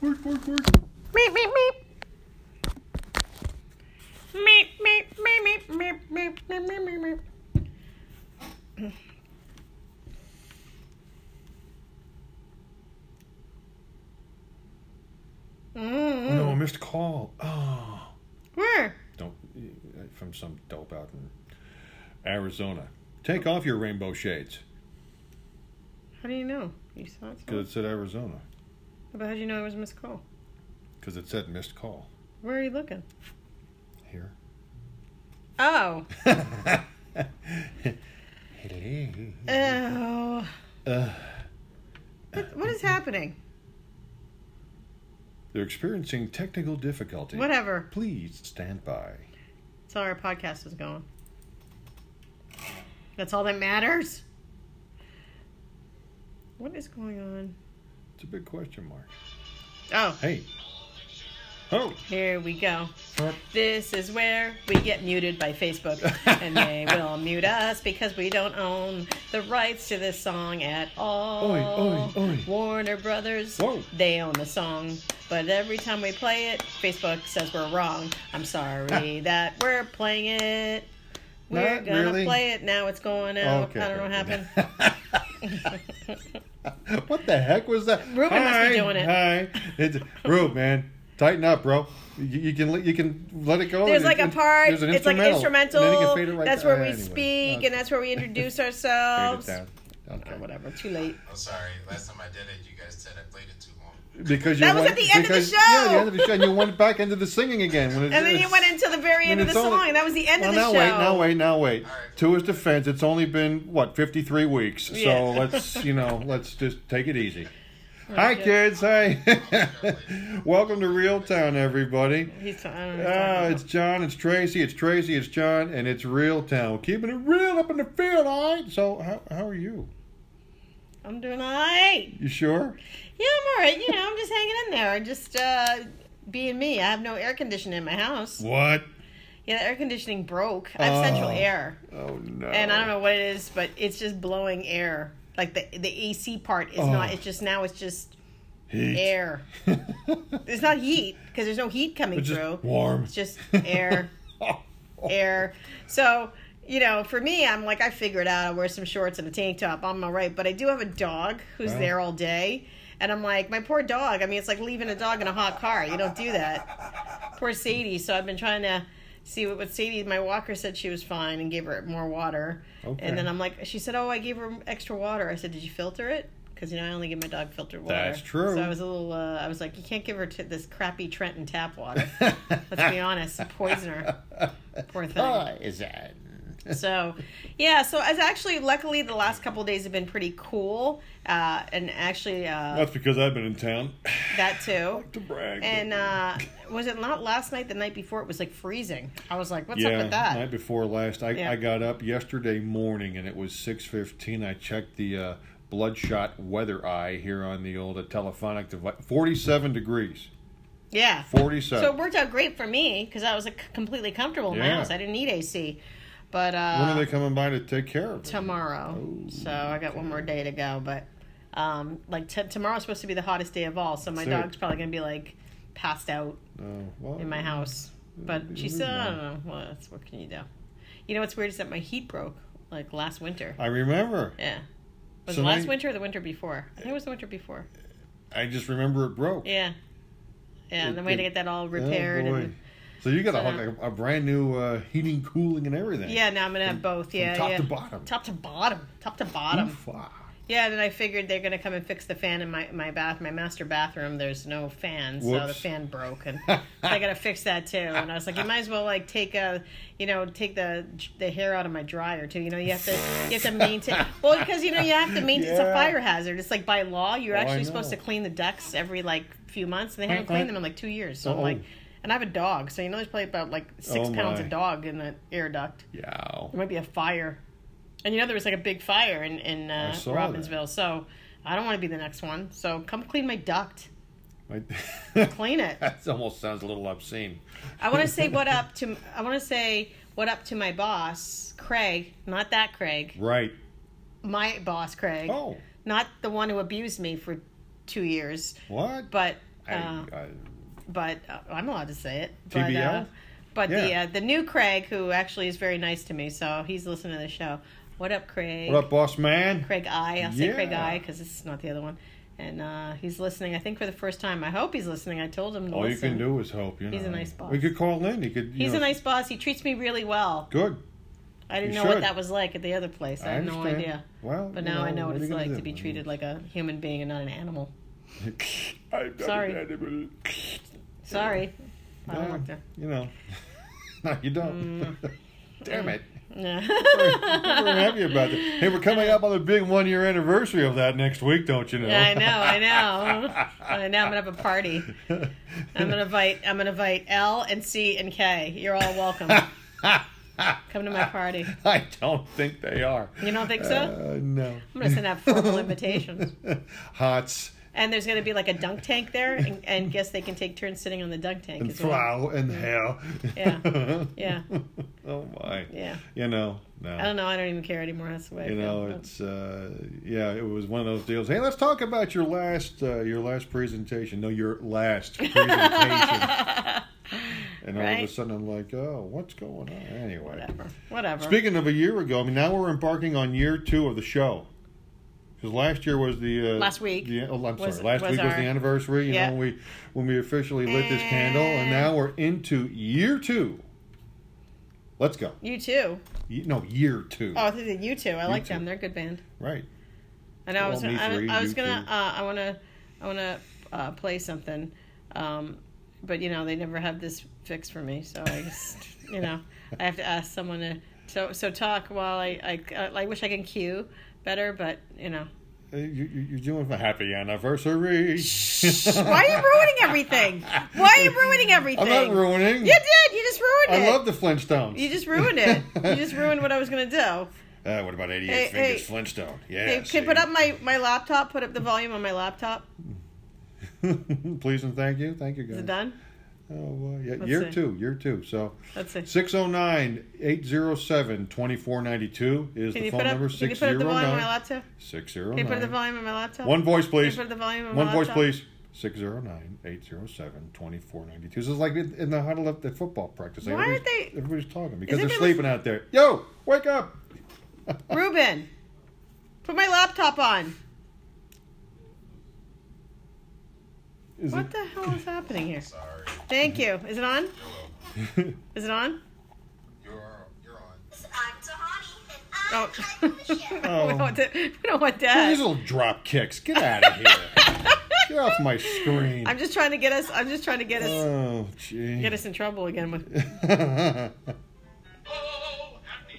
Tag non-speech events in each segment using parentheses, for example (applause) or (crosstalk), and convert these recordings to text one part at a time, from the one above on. Work, work, work. Meep, meep, meep. Meep, meep, meep, meep, meep, meep, meep, meep, meep, meep. Mm, No, I missed a call. Oh. Where? Don't, eh, from some dope out in Arizona. Take Oh. off your rainbow shades. How do you know? You saw it? Because it said Arizona. But how do you know it was a missed call? Because it said missed call. Where are you looking? Here. (laughs) Oh. Hello. Oh. Uh, What, what is happening? they're experiencing technical difficulty. Whatever. Please stand by. That's how our podcast is going. That's all that matters. What is going on? It's a big question mark. Oh, Hey. Oh. here we go. This is where we get muted by Facebook, and (laughs) they will mute us because we don't own the rights to this song at all. Oi, oi, oi. Warner Brothers, Whoa. they own the song, but every time we play it, Facebook says we're wrong. I'm (laughs) sorry that we're playing it. We're Not gonna really. play it now. It's going out. I don't know what happened. (laughs) (laughs) Oh, happened. (laughs) what the heck was that? Ruben must be Hi, doing it. Hi, it's Rube, man. Tighten up, bro. You, you can let- you can let it go. There's and like a it- part. there's an it's like an instrumental. and then you can fade it right that's down. where we Anyway, speak, okay. and that's where (laughs) we introduce Fade it ourselves. down. Oh, Okay. whatever. Too late. I'm sorry. Last time I did it, you guys said I played it too long. Because you That was went- at the end of the because- show. Yeah, the end of the show, and you went back into the singing again. When it, And then you went into the very end of the it's only- song. That was the end Well, of the now show. wait, now wait, now wait. right. To his defense, it's only been what 53 weeks, Yeah. so (laughs) let's you know, let's just take it easy. Hi, good. kids. Hi. (laughs) Welcome to Real Town, everybody. He's, I don't know what he's talking (laughs) Ah, about. it's John, it's Tracy, it's Tracy, it's John, and it's Real Town. We're keeping it real up in the field, all right? So, how, how are you? I'm doing all right. You sure? Yeah, I'm all right. You know, I'm just hanging in there. Just uh, being me. I have no air conditioning in my house. What? Yeah, the air conditioning broke. I have central Oh. air. Oh, no. And I don't know what it is, but it's just blowing air. Like the the AC part is not. Oh. It's just now. It's just Heat. air. It's not heat because there's no heat coming It's (laughs) just through. warm. (laughs) It's just air. air. So, you know, for me, I'm like, I figure it out. I wear some shorts and a tank top. I'm all right. But I do have a dog who's Wow. there all day. And I'm like, my poor dog. I mean, it's like leaving a dog in a hot car. You don't do that. Poor Sadie. So I've been trying to see what, what Sadie, my walker said she was fine and gave her more water. Okay. And then I'm like, she said, oh, I gave her extra water. I said, did you filter it? Because, you know, I only give my dog filtered water. That's true. So I was a little, uh, I was like, you can't give her t- this crappy Trenton tap (laughs) water. Let's be honest, poisoner. Poor thing. So, yeah. So, as actually, luckily, the last couple of days have been pretty cool, uh, and actually, uh, That's because I've been in town (laughs) that too. to brag. And uh, was it not last night? The night before, it was like freezing. I was like, "What's yeah, up with that?" night before last, I, Yeah. I got up yesterday morning and it was six fifteen. I checked the uh, bloodshot weather eye here on the old uh, telephonic device. Forty seven degrees. yeah. Forty So it seven. worked out great for me because I was like completely comfortable in my Yeah. house. I didn't need AC. But when are uh, they Oh, coming by to take care of it? tomorrow, so I got one more day to go. But um, like t- tomorrow's supposed to be the hottest day of all, so my That's it. dog's probably gonna be like passed out Oh, well, in my house. But It'll be- she it'll said, be I don't know. Well, that's, what can you do? You know what's weird is that my heat broke like last winter. I remember. Yeah. Was So it now last you- winter or the winter before? I think it was the winter before. I just remember it broke. Yeah. Yeah, and then It- we had to it- get that all Oh, repaired. boy. and so you got So a, now- like, a, a brand new uh, heating, cooling, and everything. Yeah, now I'm going to have both. Yeah, top yeah. to bottom. Top to bottom. Top to bottom. Oof, ah. Yeah, then I figured they're gonna come and fix the fan in my my bath, my master bathroom. There's no fan, so the Whoops. fan broke, (laughs) and so I gotta fix that too. And I was like, you might as well like take a, you know, take the the hair out of my dryer too. You know, you have to you have to maintain. Well, because you know you have to maintain. It's a Yeah. fire hazard. It's like by law, you're Oh, I actually supposed to know. clean the ducts every like few months, and they haven't cleaned them in like two years. So I'm Uh-oh. like, and I have a dog, so you know there's probably about like six Oh, pounds my. of dog in the air duct. Yeah. There might be a fire. And you know there was like a big fire in in uh, I saw that. Robbinsville, so I don't want to be the next one. So come clean my duct, My- clean it. (laughs) that almost sounds a little obscene. I want to say what up to I want to say what up to my boss Craig, not that Craig, Right. my boss Craig, Oh, not the one who abused me for two years, what? but I, Uh, I, but uh, I'm allowed to say it. But, TBL? uh, but the Yeah. uh, the new Craig, who actually is very nice to me, so he's listening to the show. What up, Craig? what up, boss man? Craig I. I'll say Craig Yeah. I because this is not the other one. And uh, he's listening. I think for the first time. I hope he's listening. I told him. To All you listen. can do is hope. You know. He's a nice boss. We could call in. He could. You He's know, a nice boss. He treats me really well. Good. I didn't You know what should. that was like at the other place. I, I had no understand. idea. Well, But you now I know what are it's you gonna like do? to be (laughs) treated like a human being and not an animal. I'm not Sorry. an animal. Sorry. I don't Mm. Well, (laughs) work there. You know. no, you don't. (laughs) (laughs) Damn it. We're yeah, happy about that. Hey, we're coming up on the big one year anniversary of that next week, don't you know? (laughs) I know, I know. I know I'm gonna have a party. I'm gonna invite I'm gonna invite L and C and K. You're all welcome. Come to my party. (laughs) I don't think they are. You don't think so? Uh, no. (laughs) I'm gonna send out formal invitations. Hots And there's gonna be like a dunk tank there and, and guess they can take turns sitting on the dunk tank and as well. flow and hell. (laughs) Yeah. Yeah. oh my. Yeah. You know. No. I don't know, I don't even care anymore. That's the way I You feel. know, it's uh, yeah, it was one of those deals. Hey, let's talk about your last uh, your last presentation. No, your last (laughs) presentation. and all of Right. a sudden, I'm like, oh, what's going on? Anyway, whatever. Whatever. speaking of a year ago, I mean, now we're embarking on year two of the show. Because last year was the uh, Last week The, oh, I'm was- sorry, last was week was our- the anniversary. You Yeah. know, when we when we officially lit this candle, and And- now we're into year two. Let's go. you too. Ye- No, year two. Oh, I think that you too. I like U2. them. They're a good band. Right. And I Well, was, me I, three, I you was gonna, two. uh, I wanna, I wanna uh, play something, um, but you know they never have this fixed for me, so I, just, you (laughs) know, I have to ask someone to. So so talk while I I uh, I wish I can cue better, but you know. Uh, You, you- you're doing a happy anniversary. (laughs) Why are you ruining everything? Why are you ruining everything? I'm not ruining. You did. You just ruined I it. love the Flintstones. you just ruined it. You just ruined what I was (laughs) gonna do. Uh, what about 88 Hey, Fingers hey. Flintstone? Yeah. Hey, see. can put up my my laptop. Put up the volume on my laptop. (laughs) Please and thank you. Thank you, guys. Is it done? Oh, well, yeah. Let's year see. two. Year two. So Let's see. 609 807 2492 is Can the you phone put up? number. Can you put up the volume on my laptop? Can you put up the 609. volume on my laptop? One voice, Can please. you put up the volume on One my voice, laptop? please. 609 807 2492. This is like in in the huddle of the football practice. Why aren't Everybody's- they- Everybody's talking because they're Isn't it like- sleeping out there. Yo, wake up! Ruben, put my laptop on. Is What the hell is happening here? Sorry. Thank you. Is it on? (laughs) it? Is it on? You're, you're on. I'm Tahani, and Oh. (laughs) I'm Michelle. we, Oh. don't want that. we don't want These that. little drop kicks. Get out of (laughs) here. Get off my screen. I'm just trying to get us. I'm just trying to get us oh, gee. (laughs) get us in trouble again with. Oh, happy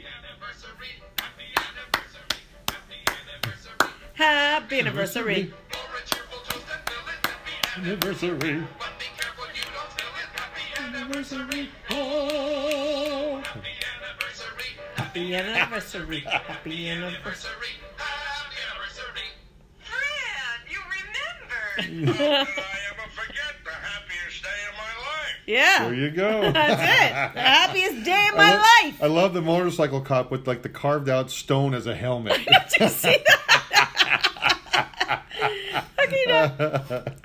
anniversary. Happy anniversary. Happy anniversary. Happy anniversary. Pour a cheerful toast and fill it. Happy anniversary. Anniversary. But be careful you don't spill it. Happy anniversary. Oh. Happy anniversary. Happy anniversary. Happy anniversary. Anniversary. Happy anniversary. Man, you remember. I ever forget the happiest day of my (laughs) life. Yeah. There you go. (laughs) That's it. (laughs) The happiest day of I my lo- life. (laughs) I love the motorcycle cop with like the carved out stone as a (laughs) helmet. Did you see that? how, can you not,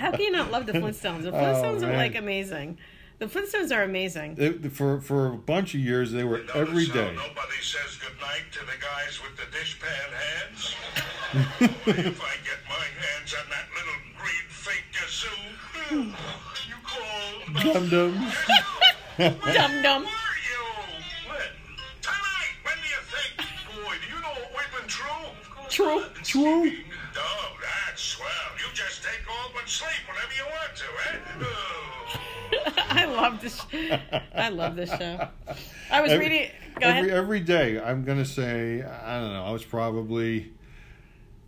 how can you not love the Flintstones? (laughs) The Flintstones are Oh, man. like amazing. The Flintstones are amazing. (laughs) It- for for a bunch of years they were Notice every how day. Nobody says goodnight to the guys with the dishpan (laughs) hands. if I get my hands on that little green fake kazoo, you call. Dum dums. Dum dum. Where are you? When? Tonight. When do you think? Boy, do you know what we've been through? True. True. Oh, that's swell. You just take all but sleep whenever you want to, eh? Oh. I love this. I love this show. I was Every- reading. Go every ahead. every day i'm gonna say i don't know i was probably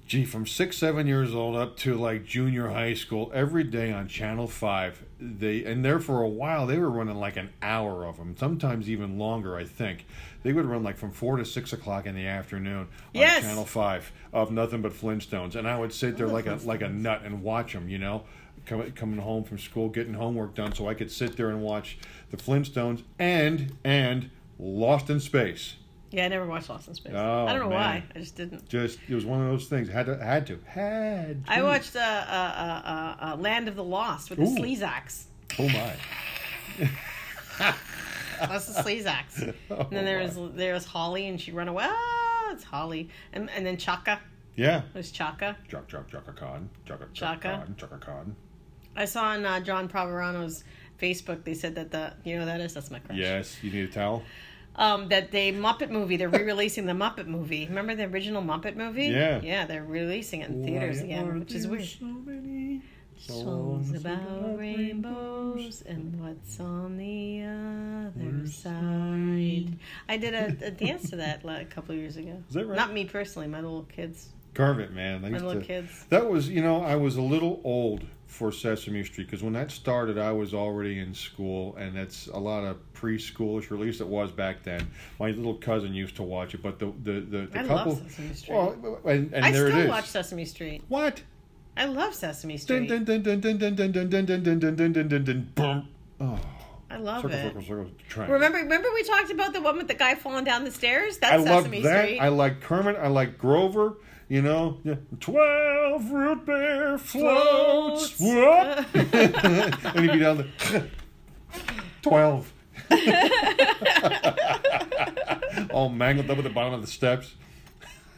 gee from six seven years old up to like junior high school every day on channel five they and there for a while they were running like an hour of them sometimes even longer i think they would run like from four to six o'clock in the afternoon on Yes. Oh, channel five of nothing but flintstones and i would sit there like a like a nut and watch them you know Com- coming home from school getting homework done so i could sit there and watch the flintstones and and lost in space Yeah, I never watched Lost in Space. Oh, I don't know man. why. I just didn't. Just it was one of those things. Had to, had to, had. To. I watched uh, uh, uh, uh, uh, Land of the Lost with the Ooh. Sleazaks. Oh my. That's the Sleazaks. (laughs) Oh, and then there my. was there was Holly, and she ran away. Ah, it's Holly, and and then Chaka. Yeah. There's Chaka. Chaka Chaka Chaka Khan. Chaka Chaka Chaka. Khan. Chaka Khan. I saw on uh, John Proverano's Facebook. They said that the you know who that is that's my crush. Yes, you need a towel. Um, that they Muppet movie. They're re-releasing the Muppet movie. Remember the original Muppet movie? Yeah. Yeah, they're releasing it in theaters Why are again, which is there weird. So many Songs about rainbows and what's on the other side. I did a, a dance to that like, a couple of years ago. Is that right? Not me personally, my little kids. Carve it, man. I used little to- kids. That was, you know, I was a little old for Sesame Street because when that started, I was already in school, and that's a lot of preschoolish, or at least it was back then. My little cousin used to watch it, but the the the, the I couple. love Sesame Street. well, and, and I there still it is. watch Sesame Street. What? I love Sesame Street. Dun, dun, dun, dun, dun, dun, dun, dun, dun, dun, dun, dun, dun, dun, dun, dun, bum. Oh, I love circle, it. circle, circle, triangle. Remember, remember we talked about the one with the guy falling down the stairs. That's I love Sesame that. Street. I like Kermit. I like Grover. You know, yeah. twelve root beer floats. Floats. Whoop. (laughs) and he'd be down there. (laughs) twelve. (laughs) All mangled up at the bottom of the steps.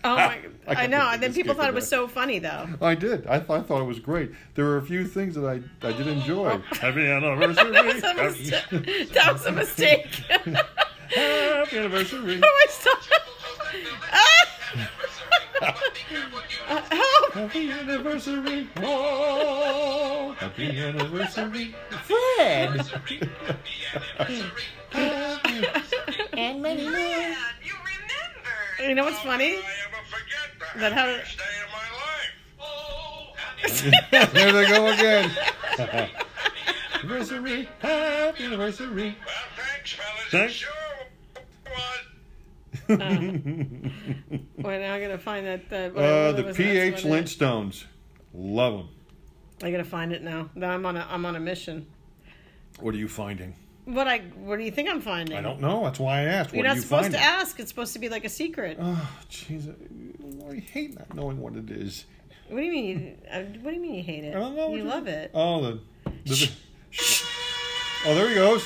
oh my! (laughs) I I, can't know. think And then of this people kid thought it today. was so funny, (laughs) though. I did. I, th- I thought it was great. There were a few things that I, I did enjoy. Happy anniversary. That was a mistake. (laughs) that was a mistake. (laughs) Happy anniversary. Oh, I (laughs) saw- (laughs) Ah! (laughs) Help! Happy anniversary. Oh, happy anniversary. Man, you remember. You know what's funny? That That how- happened. Day of my life. Oh, There they go again. anniversary, happy anniversary. well, thanks, fellas. Thanks. It sure was. Wait, now I gotta find that. Oh, that Uh, whatever the was PH the next Lintstones. Love them. one. I gotta find it now. Now I'm on a I'm on a mission. What are you finding? What I what do you think I'm finding? I don't know. That's why I asked. You're what not are you supposed finding? to ask. It's supposed to be like a secret. Oh, (sighs) jeez. I- I hate not knowing what it is. what do you mean? You, uh, what do you mean you hate it? I don't know. You what love it. Oh, the. the oh, there he goes.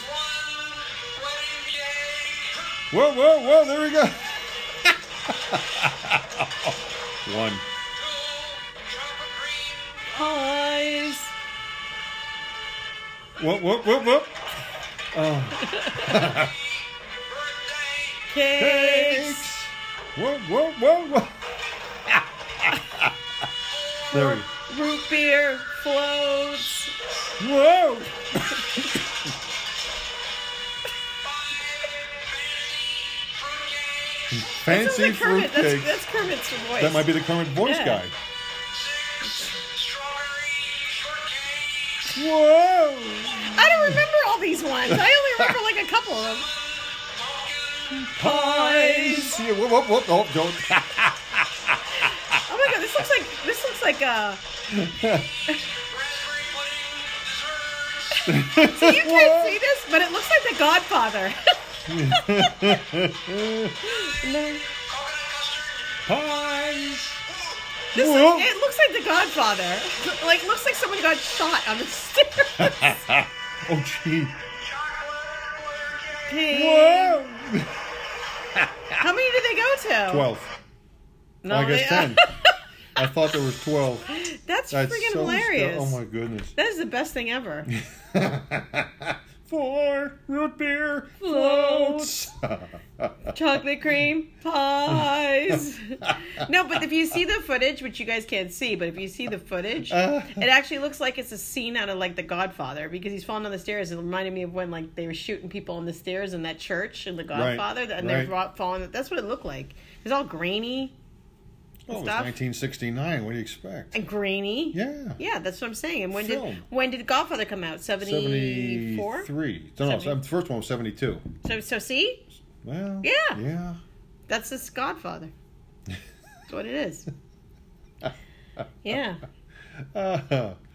Whoa, whoa, whoa. There we go. (laughs) One. Eyes. Whoop, whoop, whoop, whoop. Cakes. Thanks. Whoa, whoa, whoa, whoa. there we Root beer floats. Whoa! That sounds Fancy like fruit Kermit. That's, cakes. that's Kermit's voice. That might be the current voice Yeah. guy. Whoa! I don't remember all these ones. I (laughs) only remember like a couple of them. Pies. Yeah, whoop, whoop, whoop. Oh, don't. (laughs) Oh my god, this looks like this looks like (laughs) uh you can't see this, but it looks like the Godfather. No. Pies. This Whoa. it looks like the Godfather. Like looks like someone got shot on the (laughs) stairs. Oh, gee. Hey, Whoa! How many do they go to? 12. No, I guess they- uh, 10. I thought there was 12. (laughs) That's, That's freaking so hilarious. stu- oh, my goodness. That is the best thing (laughs) ever. Four root beer floats. Chocolate cream (laughs) pies. no, but if you see the footage, which you guys can't see, but if you see the footage, Uh. it actually looks like it's a scene out of like The Godfather because he's falling down the stairs. It reminded me of when like they were shooting people on the stairs in that church in The Godfather, and they're right. brought- falling. That's what it looked like. It's all grainy Oh, it was Stuff. 1969. What do you expect? and grainy. Yeah. Yeah, that's what I'm saying. And when did Film. when did Godfather come out? Seventy four. 73. No, no, Seventy- the first one was 72. So so see, Well, Yeah. Yeah. That's this Godfather. That's what it is. (laughs) Yeah. (laughs)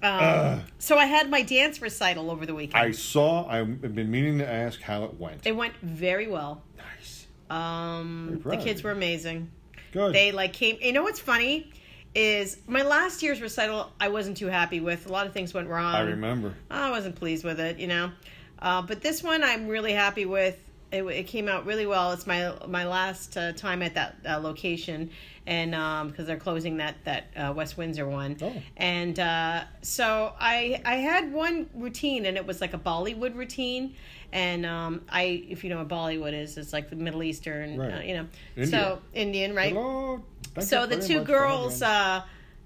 Um, Uh, So I had my dance recital over the weekend. I saw, I've been meaning to ask how it went. it went very well. nice. Um, the proud of kids you. were amazing. Good. They like came. You know what's funny is my last year's recital. I wasn't too happy with. A lot of things went wrong. I remember. I wasn't pleased with it, you know. Uh, but this one I'm really happy with. It, it came out really well. It's my my last uh, time at that uh, location, and because they're closing that that uh, West Windsor one, Oh. and uh, so I I had one routine, and it was like a Bollywood routine, and um, I if you know what Bollywood is, it's like the Middle Eastern, uh, Right. you know, India. so Indian, right? Hello. Thank so you the very two much for having girls me. uh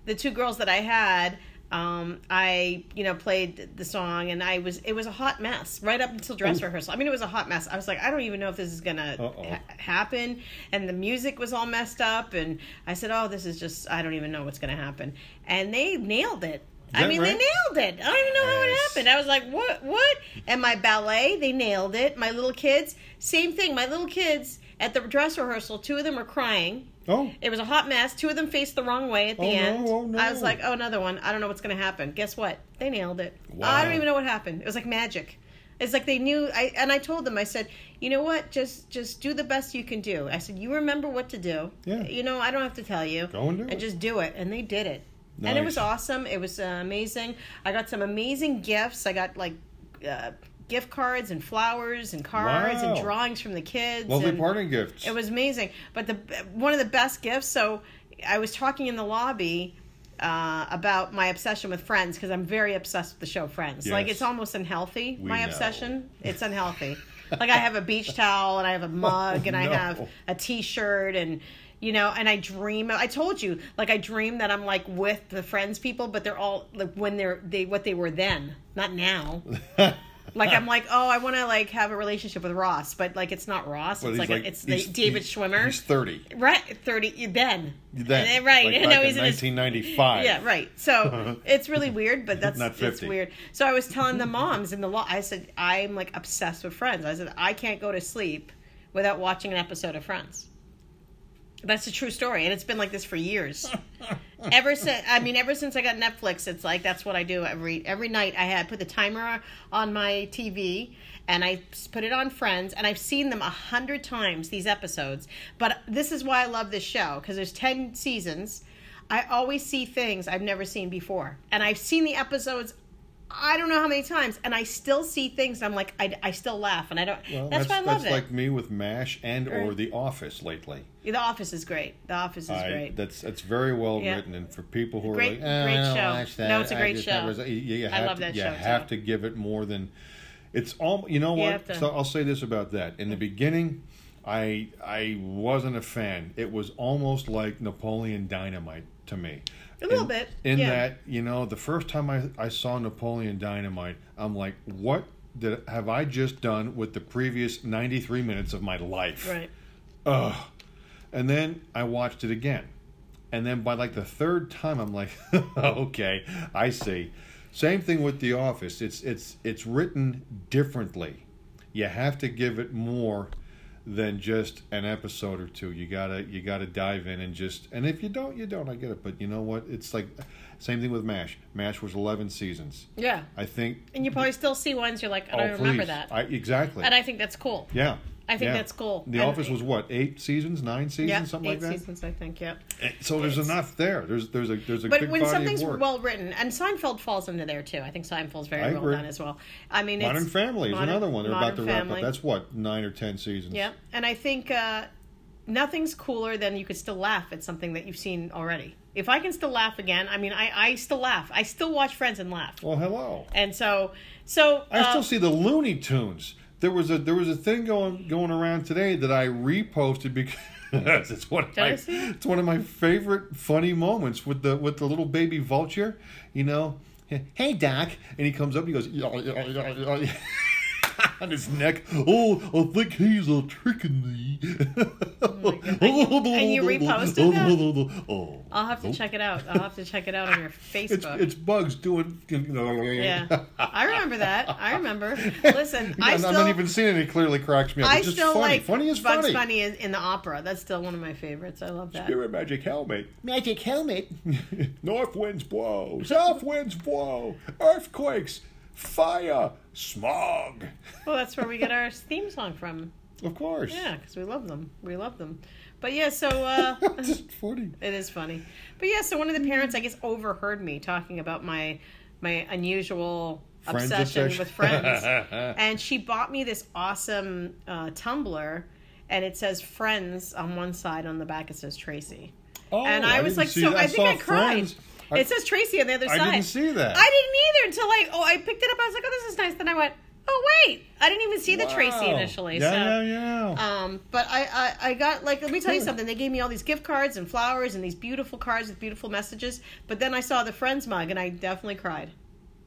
the two girls that i had um i you know played the song and i was it was a hot mess right up until dress rehearsal i mean it was a hot mess i was like i don't even know if this is gonna Uh-oh. ha- happen and the music was all messed up and i said oh this is just i don't even know what's gonna happen and they nailed it I that mean, right? they nailed it. I don't even know how it Nice. happened. I was like, what? What? And my ballet, they nailed it. My little kids, same thing. My little kids at the dress rehearsal, two of them were crying. Oh, uh, It was a hot mess. Two of them faced the wrong way at the Oh, no, end. oh, no. I was like, oh, another one. I don't know what's going to happen. Guess what? They nailed it. Wow. I don't even know what happened. It was like magic. It's like they knew. I and I told them. I said, you know what? Just just do the best you can do. I said, you remember what to do. Yeah. You know, I don't have to tell you. Go and do it. just do it. And they did it. And it was Nice. awesome. It was uh, amazing. I got some amazing gifts. I got like. Uh, gift cards and flowers and cards and Wow. drawings from the kids lovely and- parting gifts. it was amazing. But the one of the best gifts. So I was talking in the lobby uh, about my obsession with Friends because I'm very obsessed with the show Friends. Like Yes. it's almost unhealthy. my know. obsession. (laughs) It's unhealthy. like I have a beach towel and I have a mug and I Oh, no. have a T-shirt and. You know, and I dream. I told you, like I dream that I'm like with the friends people, but they're all like when they're they what they were then, not (laughs) now. Like I'm like, oh, I want to like have a relationship with Ross, but like it's not Ross. But it's he's like, a, it's the he's- David he's- Schwimmer. He's thirty. right, thirty then. Then, And- (laughs) right? Like no, back he's in in his 1995. yeah, right. So (laughs) it's really weird, but that's Not it's 50. weird. So I was telling the moms in the law, I said I'm like obsessed with Friends. I said I can't go to sleep without watching an episode of Friends. That's a true story, and it's been like this for years. ever since I mean, ever since I got Netflix, it's like that's what I do every every night. I had put the timer on my TV and I s- put it on Friends, and I've seen them a hundred times these episodes. But this is why I love this show because there's ten seasons. I always see things I've never seen before, and I've seen the episodes. I don't know how many times, and I still see things. And I'm like, I, I still laugh, and I don't. Well, that's, why I love that's it. like me with Mash and or The Office lately. the Office is great. The Office is I, great. That's that's very well Yeah. written, and for people who Great- are like, "Eh, great I don't show. watch that. No, it's a I great just show. never saw-" you, you have love to, that you show, have too. to give it more than it's all. You know You what? have to- So I'll say this about that. In the beginning, I I wasn't a fan. It was almost like Napoleon Dynamite to me. A little in, bit, In yeah. that, you know, the first time I, I saw Napoleon Dynamite, I'm like, what did have I just done with the previous 93 minutes of my life? right. ugh. And then I watched it again. And then by like the third time, I'm like, (laughs) okay, I see. Same thing with The Office. It's it's it's written differently. You have to give it more than just an episode or two. You gotta you gotta dive in and just and if you don't, you don't. I get it. But you know what? It's like same thing with Mash. Mash was eleven seasons. Yeah. I think. And you probably still see ones you're like, I oh, don't remember please. that. I, exactly. and I think that's cool. Yeah. I think yeah. that's cool. The And- Office was what eight seasons, nine seasons, Yeah, something eight like that. seasons, I think. Yep. And So there's enough there. There's there's a there's a But big when body something's of work. well written, and Seinfeld falls into there too. I think Seinfeld's very I well agree. done as well. I mean, Modern it's Family is Modern- another one. They're about to Modern wrap Family. up. That's what nine or ten seasons. Yep. And I think uh, nothing's cooler than you could still laugh at something that you've seen already. If I can still laugh again, I mean, I, I still laugh. I still watch Friends and laugh. Well, hello. And so, so I uh, still see the Looney Tunes. There was a there was a thing going going around today that I reposted because (laughs) it's one of Did I my, see it? it's one of my favorite funny moments with the with the little baby vulture. You know, hey Doc, and he comes up and he goes "Yaw, yaw, yaw, yaw, yaw," (laughs) on his neck. Oh, I think he's uh, tricking me. Oh (laughs) And you reposted that? Oh, I'll have to nope. check it out. I'll have to check it out on your (laughs) It's Facebook. it's bugs doing. Yeah. yeah, I remember that. I (laughs) remember. Listen, I I'm still, not even seeing it. It clearly cracks me up. I it's just still funny. like funny is Bugs funny. Bunny in, in the opera. That's still one of my favorites. I love that. You're a magic helmet. Magic helmet. (laughs) North winds blow. South winds blow. Earthquakes. Fire. Smog. Well, that's where we get our theme song from. Of course. Yeah, because we love them. We love them. But yeah, so uh, (laughs) Just funny. it is funny. But yeah, so one of the parents, I guess, overheard me talking about my my unusual Friends obsession, obsession. with friends, (laughs) and she bought me this awesome uh, tumbler, and it says "Friends" on one side, on the back it says Tracy, Oh, and I, was didn't like, see so that. I think I saw cried. Friends. it says Tracy on the other I side. didn't see that. I didn't either until I oh I picked it up. I was like, oh, this is nice. Then I went, oh wait, I didn't even see the Tracy Wow. initially. Yeah, so. yeah, yeah. Um, but I, I, I got like let me tell you Good. something. They gave me all these gift cards and flowers and these beautiful cards with beautiful messages. But then I saw the friends mug and I definitely cried.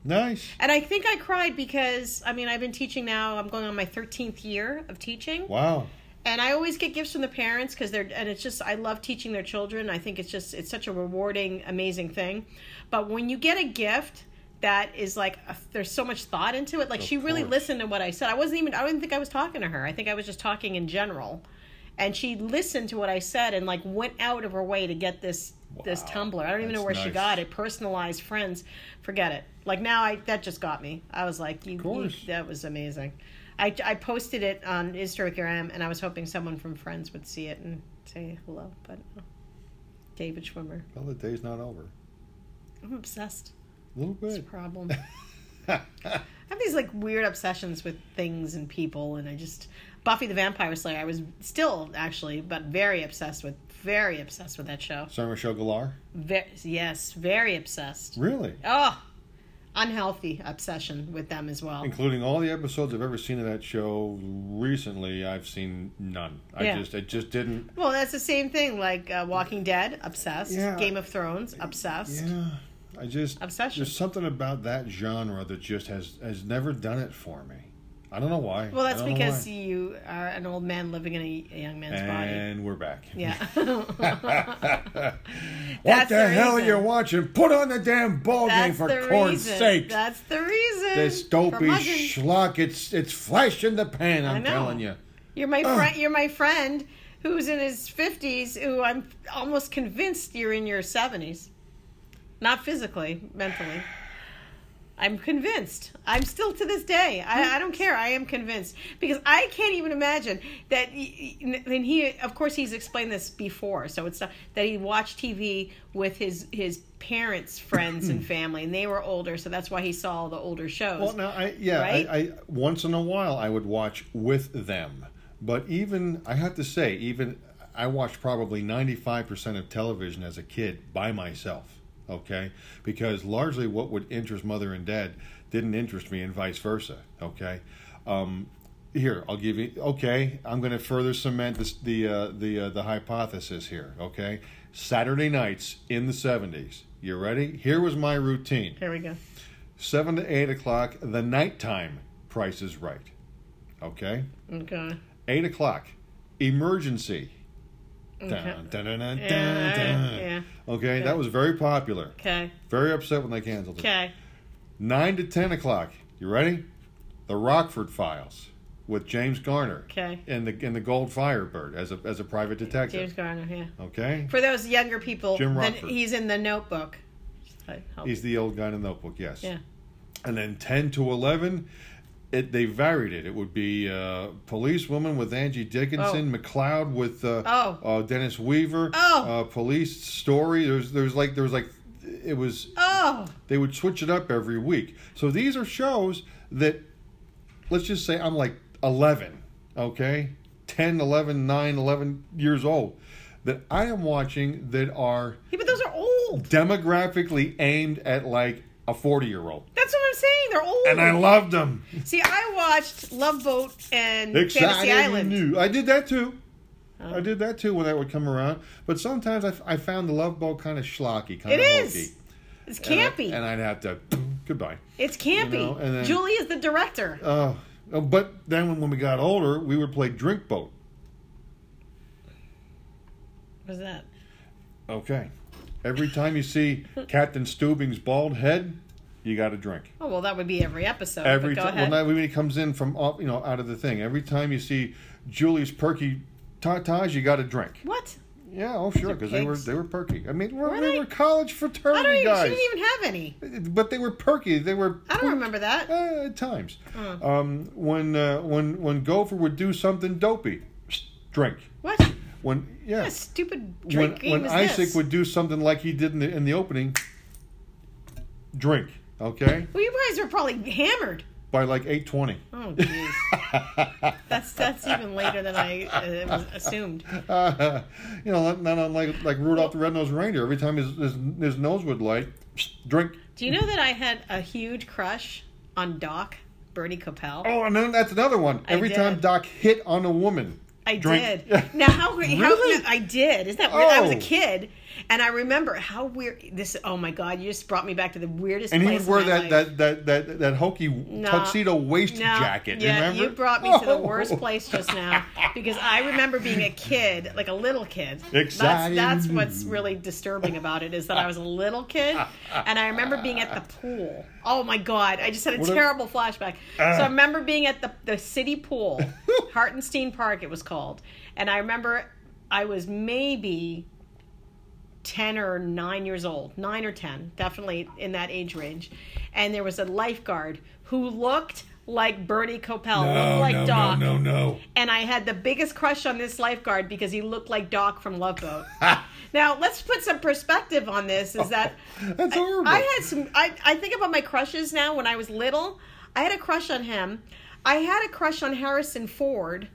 nice. And I think I cried because I mean I've been teaching now. I'm going on my 13th year of teaching, Wow. and I always get gifts from the parents because they're and it's just I love teaching their children. I think it's just it's such a rewarding, amazing thing. But when you get a gift. That is like a, there's so much thought into it. Like she really course. listened to what I said. I wasn't even. I don't even think I was talking to her. I think I was just talking in general and she listened to what I said and like went out of her way to get this this Wow, tumbler. I don't even know where that's she nice. got it. Personalized friends, forget it. Like now, I that just got me. I was like, you, you course. that was amazing. I, I posted it on Instagram and I was hoping someone from Friends would see it and say hello, but no. David Schwimmer, Well, the day's not over. I'm obsessed. A little It's a bit. problem. I have these like weird obsessions with things and people, and I just Buffy the Vampire Slayer. I was still actually, but very obsessed with, very obsessed with that show. Sarah Michelle Gellar. Ve- yes, very obsessed. Really? Oh, unhealthy obsession with them as well. Including all the episodes I've ever seen of that show recently, I've seen none. I Yeah. just, it just didn't. Well, that's the same thing like uh, Walking Dead, obsessed. Yeah. Game of Thrones, obsessed. Yeah, I just Obsession. There's something about that genre that just has has never done it for me. I don't know why. Well, that's I don't know because why. you are an old man living in a, a young man's body. and we're back. (laughs) (laughs) Yeah. what That's the, the hell reason. are you watching? Put on the damn ball game That's for the corn's reason. sake. That's the reason. This For dopey mugging. schlock, it's it's flash in the pan. I I'm know. telling you. You're my friend. You're my friend who's in his fifties. Who I'm almost convinced you're in your seventies, not physically, mentally. I'm convinced. I'm still to this day. I, I don't care. I am convinced because I can't even imagine that. y- y- And he, of course, he's explained this before, so it's not that he watched TV with his his parents, friends, and family, and they were older, so that's why he saw all the older shows. Well, now, I, yeah, Right? I, I once in a while I would watch with them, but even I have to say, even I watched probably ninety-five percent of television as a kid by myself. Okay, because largely what would interest mother and dad didn't interest me, and vice versa. Okay, um, here I'll give you. Okay, I'm going to further cement this, the uh, the uh, the hypothesis here. Okay, Saturday nights in the '70s. You ready? Here was my routine Here we go. seven to eight o'clock, the nighttime price is right. Okay? Okay. Eight o'clock, emergency. Dun, dun, dun, dun, dun, dun. yeah. Okay, that was very popular. Okay. Very upset when they canceled it. Okay. Nine to ten o'clock, you ready? The Rockford Files with James Garner. Okay. And the and the Gold Firebird as a as a private James detective. Garner, yeah. Okay? For those younger people, Jim then Rockford. he's in the notebook. Help. He's the old guy in the notebook, yes. yeah. and then 10 to 11 it, they varied it. It would be uh, Policewoman with Angie Dickinson, McLeod with uh, Oh. uh, Dennis Weaver, Oh. uh, Police Story. There's there's like there was like it was Oh, they would switch it up every week. So these are shows that let's just say I'm like 11, okay? 10, 11, 9, 11 years old that I am watching that are yeah, but those are old. demographically aimed at like a 40-year-old. That's what I'm saying. They're old. And I loved them. See, I watched Love Boat and Exciting Fantasy Island. Oh. New. I did that too. I did that too when that would come around. But sometimes I, f- I found the Love Boat kind of schlocky, It kind of is. It's hokey. And I- campy. And, I, would have to (clears throat) goodbye. it's campy. you know, and then- Julie is the director. Oh, oh, but then when, when we got older, we would play Drink Boat. What's that? Okay. Every time (laughs) you see Captain Steubing's bald head, you got to drink. Oh well, that would be every episode. Every but go time, well, ahead. not when he comes in from off, you know, out of the thing. Every time you see Julie's perky tatas, you got to drink. what? Yeah, oh sure, because they were pigs. they were perky. I mean, we're, Were we they? were college I don't even, fraternity she guys, didn't even have any. but they were perky. They were. I don't remember that. Uh, at times, um, when uh, when when Gopher would do something dopey, drink. What? What When yeah, a stupid drink when game when is Isaac this? would do something like he did in the in the opening, drink. Okay, Well, you guys were probably hammered. by like eight twenty. (laughs) Oh, jeez. that's that's even later than I uh, was assumed. Uh, you know, not, not unlike like Rudolph the Red-Nosed Reindeer. Every time his, his, his nose would light, drink. Do you know that I had a huge crush on Doc Bernie Capel? Oh, and then that's another one. I Every did. time Doc hit on a woman. I Drink. (laughs) did. Now, how, how Really? I did. Isn't that weird? I was a Oh. kid, and I remember how weird this. Oh my God! You just brought me back to the weirdest. And he place would wear in my that, life. that, that, that, that hokey tuxedo waist No, jacket. Yeah, remember? Oh. you brought me to the (laughs) worst place just now because I remember being a kid, like a little kid. Exciting. That's, that's what's really disturbing about it is that I was a little kid and I remember being at the pool. Oh my god, I just had a What a- Ah. terrible flashback. so I remember being at the the city (laughs) pool, Hartenstein Park it was called, and I remember I was maybe 10 or 9 years old, 9 or 10, definitely in that age range. And there was a lifeguard who looked like Bernie Coppell, looked like Doc. no, no. And I had the biggest crush on this lifeguard because he looked like Doc from Love (laughs) Boat. now, let's put some perspective on this is that (laughs) That's horrible. I had some. I, I think about my crushes now. When I was little, I had a crush on him. I had a crush on Harrison Ford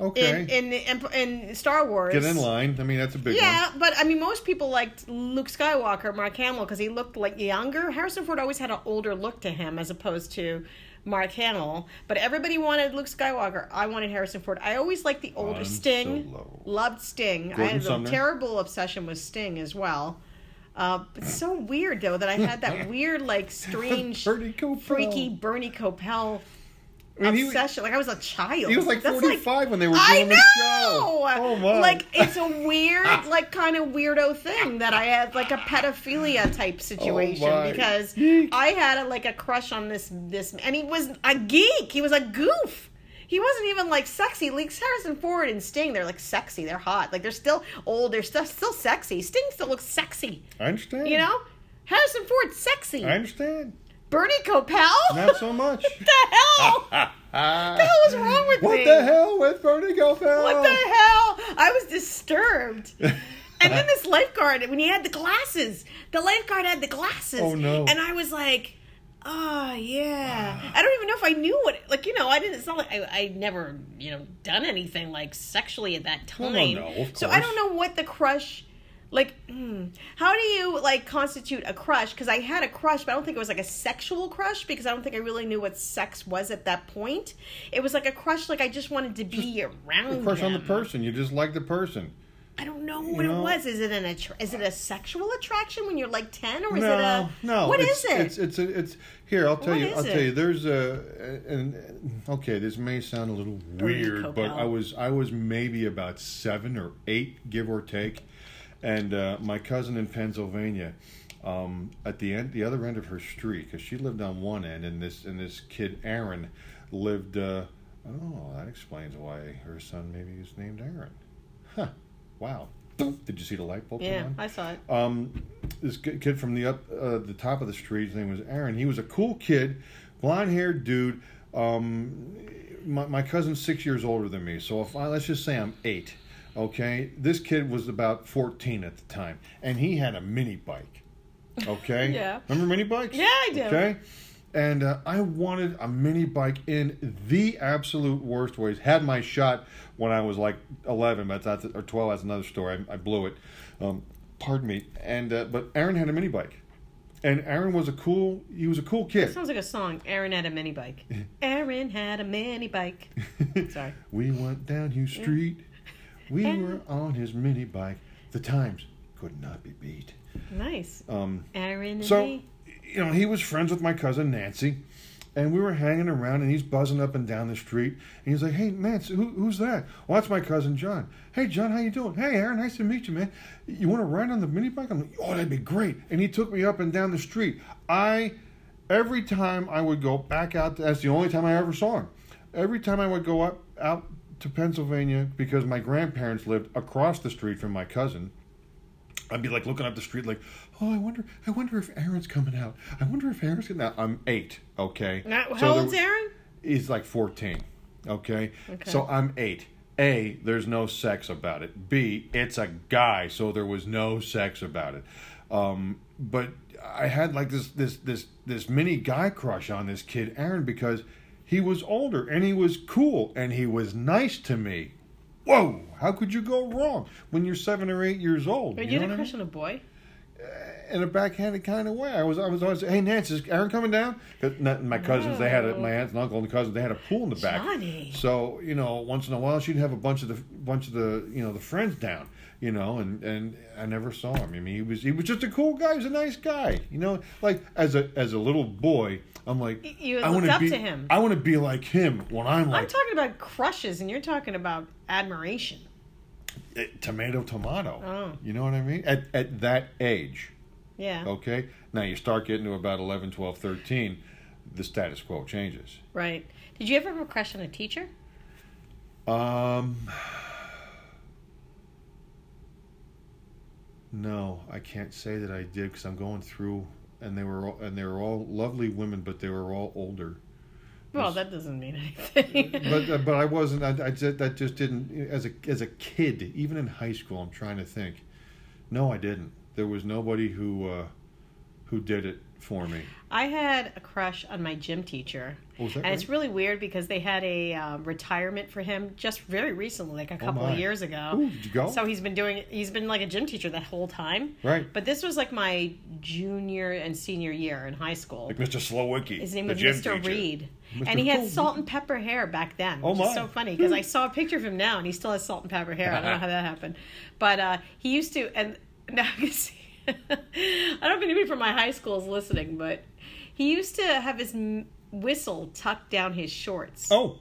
okay. in in, the, Emp- in Star Wars. Get in line. I mean, that's a big Yeah, one. but I mean, most people liked Luke Skywalker, Mark Hamill, because he looked like younger. Harrison Ford always had an older look to him as opposed to Mark Hamill. But everybody wanted Luke Skywalker. I wanted Harrison Ford. I always liked the older I'm so Sting. low. Loved Sting. I Gordon had Sumner. a terrible obsession with Sting as well. Uh, it's so weird though that I had (laughs) that weird, like, strange, Bernie Coppell. freaky Bernie Coppell I mean, he, obsession. like I was a child. he was like That's 45 when they were I doing know. the show. Oh, my. Like it's a (laughs) weird, like kind of weirdo thing that I had, like a pedophilia type situation Oh, my. because Geek. I had a, like a crush on this this, and he was a geek. He was a goof. He wasn't even like sexy. Like Harrison Ford and Sting, they're like sexy. They're hot. Like they're still old. They're still still sexy. Sting still looks sexy. I understand. You know, Harrison Ford sexy. I understand. Bernie Coppell. Not so (laughs) much. what the (laughs) hell? what Ah. the hell is wrong with What me? the hell with Bernie Gofell? What (laughs) the hell? I was disturbed. And then this lifeguard, when he had the glasses, the lifeguard had the glasses. Oh, no. Ah. And I was like, oh, yeah. I don't even know if I knew what, like, you know, I didn't, it's not like I, I never, you know, done anything like sexually at that Well, time. Oh, no, no, of so I course. don't know what the crush, like, mm, how do you, like, constitute a crush? Because I had a crush, but I don't think it was like a sexual crush because I don't think I really knew what sex was at that point. It was like a crush, like, I just wanted to be around. Crush on the him. person. You just like the person. I don't know what know- it was. Is it an attra- is it a sexual attraction when you're like ten, or is no, it a no. What is it's, it? It's it's it's here. I'll tell What you. is I'll it? tell you. There's a and okay. This may sound a little weird, but Coppell. I was I was maybe about seven or eight, give or take, and uh, my cousin in Pennsylvania. Um, at the end, the other end of her street, because she lived on one end, and this and this kid Aaron lived. Uh, oh, that explains why her son maybe is named Aaron. Huh. Wow. Did you see the light bulb? come yeah, on? I saw it. um, this ki- kid from the up uh, the top of the street. His name was Aaron. He was a cool kid, blonde haired dude. Um, my, my cousin's six years older than me, so if I let's just say I'm eight. Okay, this kid was about fourteen at the time, and he had a mini bike. Okay, Yeah. Remember mini bikes? Yeah, I do. Okay. And uh, I wanted a mini bike in the absolute worst ways. Had my shot when I was like 11, but that's or 12. That's another story. I, I blew it. Um, pardon me. And uh, but Aaron had a mini bike, and Aaron was a cool. He was a cool kid. Sounds like a song. Aaron had a mini (laughs) bike. Aaron had a mini bike. Sorry. We went down Hugh Street. We were on his mini bike. The times could not be beat. Nice. Um, Aaron and So, me. you know, he was friends with my cousin Nancy, and we were hanging around, and he's buzzing up and down the street, and he's like, "Hey, man, so who, who's that? Well, that's my cousin John. Hey, John, how you doing? Hey, Aaron, nice to meet you, man. You want to ride on the mini bike? I'm like, oh, that'd be great. And he took me up and down the street. I, every time I would go back out, that's the only time I ever saw him. Every time I would go up out to Pennsylvania because my grandparents lived across the street from my cousin. I'd be like looking up the street, like, oh, I wonder, I wonder if Aaron's coming out. I wonder if Aaron's coming out. I'm eight, okay. Not, So how there old's w- Aaron? He's like fourteen, okay. So I'm eight. A, there's no sex about it. B, it's a guy, so there was no sex about it. Um, but I had like this this this this mini guy crush on this kid Aaron because he was older and he was cool and he was nice to me. Whoa! How could you go wrong when you're seven or eight years old? Wait, you you know had what a I mean? crush on a boy? in a backhanded kind of way. I was, I was always, hey Nance, is Aaron coming down? Because my cousins, they had a, my aunts and uncle and cousins, they had a pool in the back. Johnny. So you know, once in a while, she'd have a bunch of the bunch of the you know the friends down. You know, and and I never saw him. I mean, he was he was just a cool guy. He was a nice guy. You know, like as a as a little boy, I'm like, Y- you I wanna looked up be, to him. I want to be like him when I'm I'm like talking about crushes, and you're talking about admiration. eh, tomato tomato. Oh. You know what I mean? At at that age. Yeah. Okay? Now you start getting to about 11, 12, 13, the status quo changes. Right. Did you ever have a crush on a teacher? Um No, I can't say that I did cuz I'm going through and they were all, and they were all lovely women but they were all (laughs) older. Well, that doesn't mean (laughs) anything. But uh, but I wasn't I, I just, that just didn't as a as a kid, even in high school, I'm trying to think. No, I didn't. There was nobody who uh who did it for me. I had a crush on my gym teacher. Oh, is that and it's right? really weird because they had a um, retirement for him just very recently, like a couple Oh my. of years ago. Ooh, did you go? So he's been doing, he's been like a gym teacher that whole time. Right. But this was like my junior and senior year in high school. Like Mr. Slowicki. His name the was gym Mr. teacher. Reed. Mr. And he had Reed. salt and pepper hair back then, Oh, which my. is so funny because I saw a picture of him now and he still has salt and pepper hair. I don't know how that happened. But uh, he used to, and (laughs) now you see, I don't know if anybody from my high school is listening, but he used to have his m- whistle tucked down his shorts. Oh,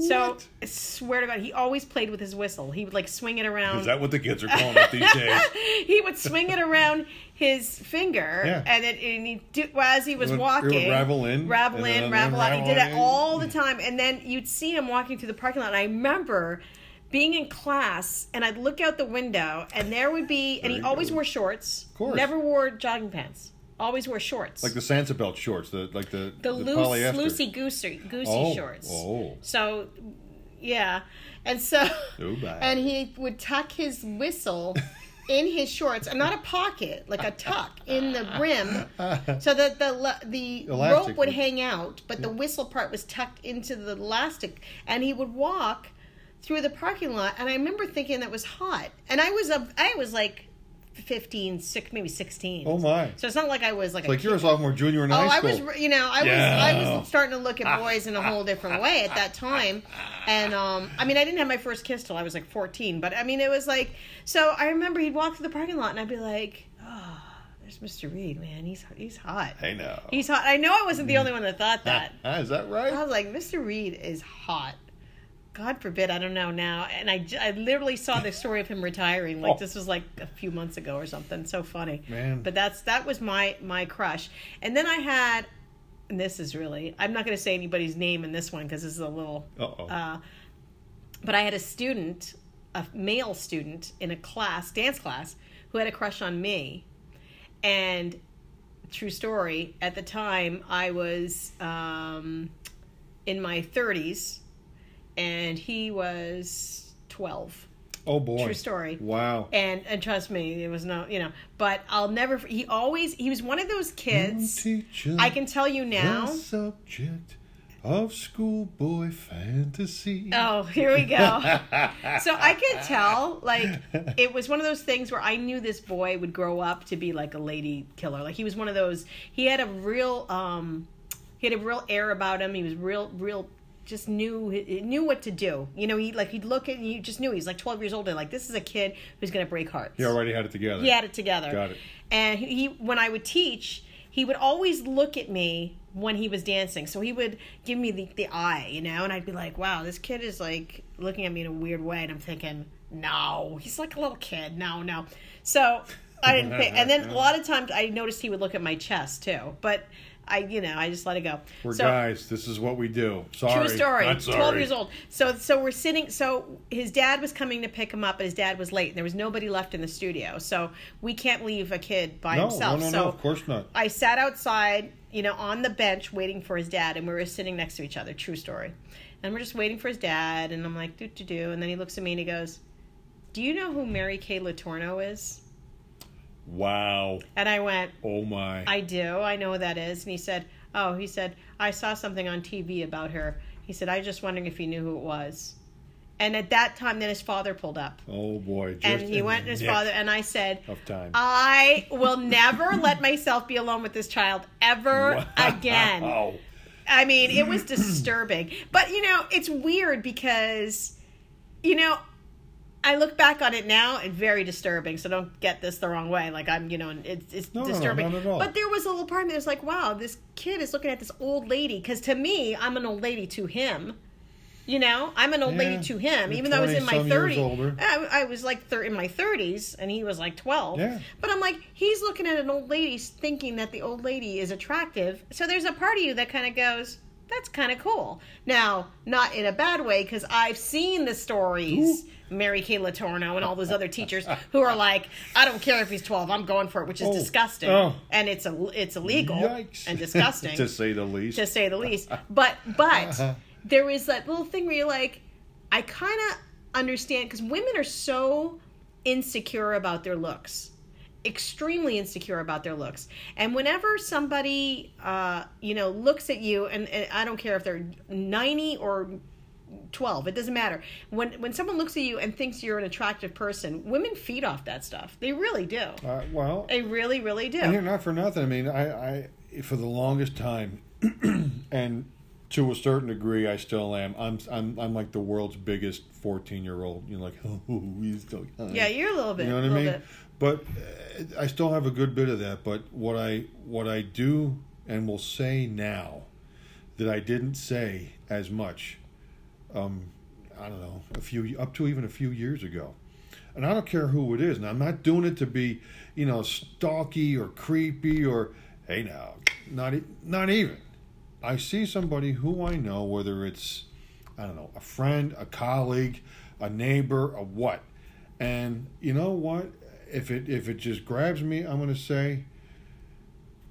so I swear to God, he always played with his whistle. He would like swing it around. Is that what the kids are calling it (laughs) these days? he would swing it around his finger, Yeah. and it and he do, well, as he was It would- it would walking, ravel in, ravel and then in, ravel out. He did it unravel in. all the time, and then you'd see him walking through the parking lot. And I remember being in class, and I'd look out the window, and there would be, and There he you always go. wore shorts, course. never wore jogging pants, always wore shorts, Like the Sansa belt shorts, the like the the, loose, polyester. loosey goosey, goosey Oh, shorts. oh. So, yeah, and so, Oh, my. (laughs) and he would tuck his (laughs) whistle in his shorts, and not a pocket, like a tuck in the rim, (laughs) so that the le- the Elastic rope would would- hang out, but the whistle part was tucked into the elastic, and he would walk through the parking lot. And I remember thinking that was hot, and I was a, I was like. 15, six, maybe 16. Oh my! So it's not like I was like a Like kid. you're a sophomore, junior in Oh, high I school. was, re- you know, I was, I Yeah. was starting to look at boys in a whole different way at that time, and um, I mean, I didn't have my first kiss till I was like fourteen, but I mean, it was like, so I remember he'd walk through the parking lot, and I'd be like, oh, there's Mr. Reed, man, he's he's hot, I know. he's hot. I know I wasn't the only one that thought that. Ah, is that right? I was like, Mr. Reed is hot. God forbid, I don't know now. And I, j- I literally saw the story of him retiring. Like Oh. this was like a few months ago or something. So funny. Man. But that's that was my my crush. And then I had, and this is really I'm not going to say anybody's name in this one because this is a little. Uh-oh. Uh, but I had a student, a male student in a class, dance class, who had a crush on me, and true story at the time i was um, in my 30s and he was 12 oh boy! true story. Wow. and and trust me it was no you know but i'll never he always he was one of those kids Teacher, i can tell you now The subject of schoolboy fantasy. Oh, here we go. so I could tell, like, it was one of those things where I knew this boy would grow up to be like a lady killer. Like, he was one of those. He had a real, um, he had a real air about him. He was real, real. Just knew he knew what to do. You know, he like he'd look at and you just knew he's like twelve years old and like this is a kid who's gonna break hearts. He already had it together. He had it together. Got it. And he, he when I would teach, he would always look at me when he was dancing. So he would give me the, the eye, you know, and I'd be like, wow, this kid is like looking at me in a weird way. And I'm thinking, no, he's like a little kid. No, no. So I didn't think. And then a lot of times I noticed he would look at my chest too. But I, you know, I just let it go. We're guys. This is what we do. Sorry. True story. Not sorry. Twelve years old. So so we're sitting. So his dad was coming to pick him up, but his dad was late, and there was nobody left in the studio. So we can't leave a kid by No, himself. no, no, so no. Of course not. I sat outside, you know, on the bench waiting for his dad, and we were sitting next to each other. True story. And we're just waiting for his dad, and I'm like, do do do, and then he looks at me and he goes, "Do you know who Mary Kay Latorno is?" Wow. And I went, Oh my. I do. I know who that is. And he said, Oh, he said, I saw something on TV about her. He said, I was just wondering if you knew who it was. And at that time, then his father pulled up. oh boy. Just And he in went the to his nick father, and I said, Of time. I will never (laughs) let myself be alone with this child (laughs) ever again. Wow. I mean, it (clears throat) was disturbing. But, you know, it's weird because, you know, I look back on it now and very disturbing. So don't get this the wrong way. Like I'm, you know, it's it's No, no, no, disturbing. not at all. But there was a little part of me that was like, wow, this kid is looking at this old lady. Because to me, I'm an old lady to him. You know, I'm an old Yeah, lady to him, you're even though I was in my 20-some years 30s. older. I, I was like thir- in my 30s, and he was like 12. Yeah. But I'm like, he's looking at an old lady thinking that the old lady is attractive. So there's a part of you that kind of goes, that's kind of cool. Now, not in a bad way, because I've seen the stories, Mary Kay Latorno and all those other teachers who are like, I don't care if he's 12, I'm going for it, which is Oh. disgusting. Oh. And it's, a, it's illegal Yikes. (laughs) and disgusting to say the least. to say the least. But Uh-huh. but there is that little thing where you're like, I kind of understand because women are so insecure about their looks, extremely insecure about their looks. And whenever somebody uh, you know looks at you, and, and I don't care if they're ninety or 12 it doesn't matter when when someone looks at you and thinks you're an attractive person women feed off that stuff they really do uh, well, they really really do And you're not for nothing. I mean, I, I for the longest time, (clears throat) and to a certain degree, I still am. I'm, I'm, I'm like the world's biggest 14 year old. You're like, (laughs) oh, he's still young. yeah you're a little bit You know what I little mean? bit. But uh, I still have a good bit of that. But what I, what I do and will say now that I didn't say as much, um, I don't know, a few up to even a few years ago and I don't care who it is. And I'm not doing it to be, you know, stalky or creepy or hey now, not e- not even. I see somebody who I know, whether it's I don't know, a friend, a colleague, a neighbor, a what, and you know what? If it if it just grabs me, I'm gonna say,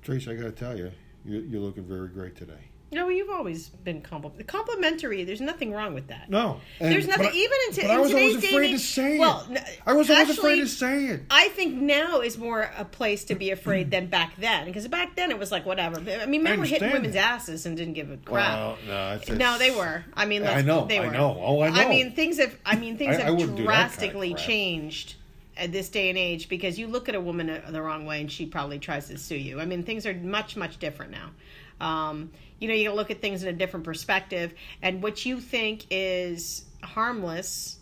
Trace, I gotta tell you, you're, you're looking very great today. No, you've always been compliment- complimentary. There's nothing wrong with that. No, There's nothing- even in to- but I in was always today's day and afraid to age- say well, it. n- I was always afraid actually- to say it. I think now is more a place to be afraid than back then, because back then it was like whatever. I mean, men were hitting understand women's that. asses and didn't give a crap. Well, no, it's, no, it's- they were. I mean, I let's- know, They I were. know. Oh, I know. mean, things have. I mean, things I- I have wouldn't do that kind of drastically crap. changed at this day and age because you look at a woman a- the wrong way and she probably tries to sue you. I mean, things are much much different now. Um, you know, you look at things in a different perspective, and what you think is harmless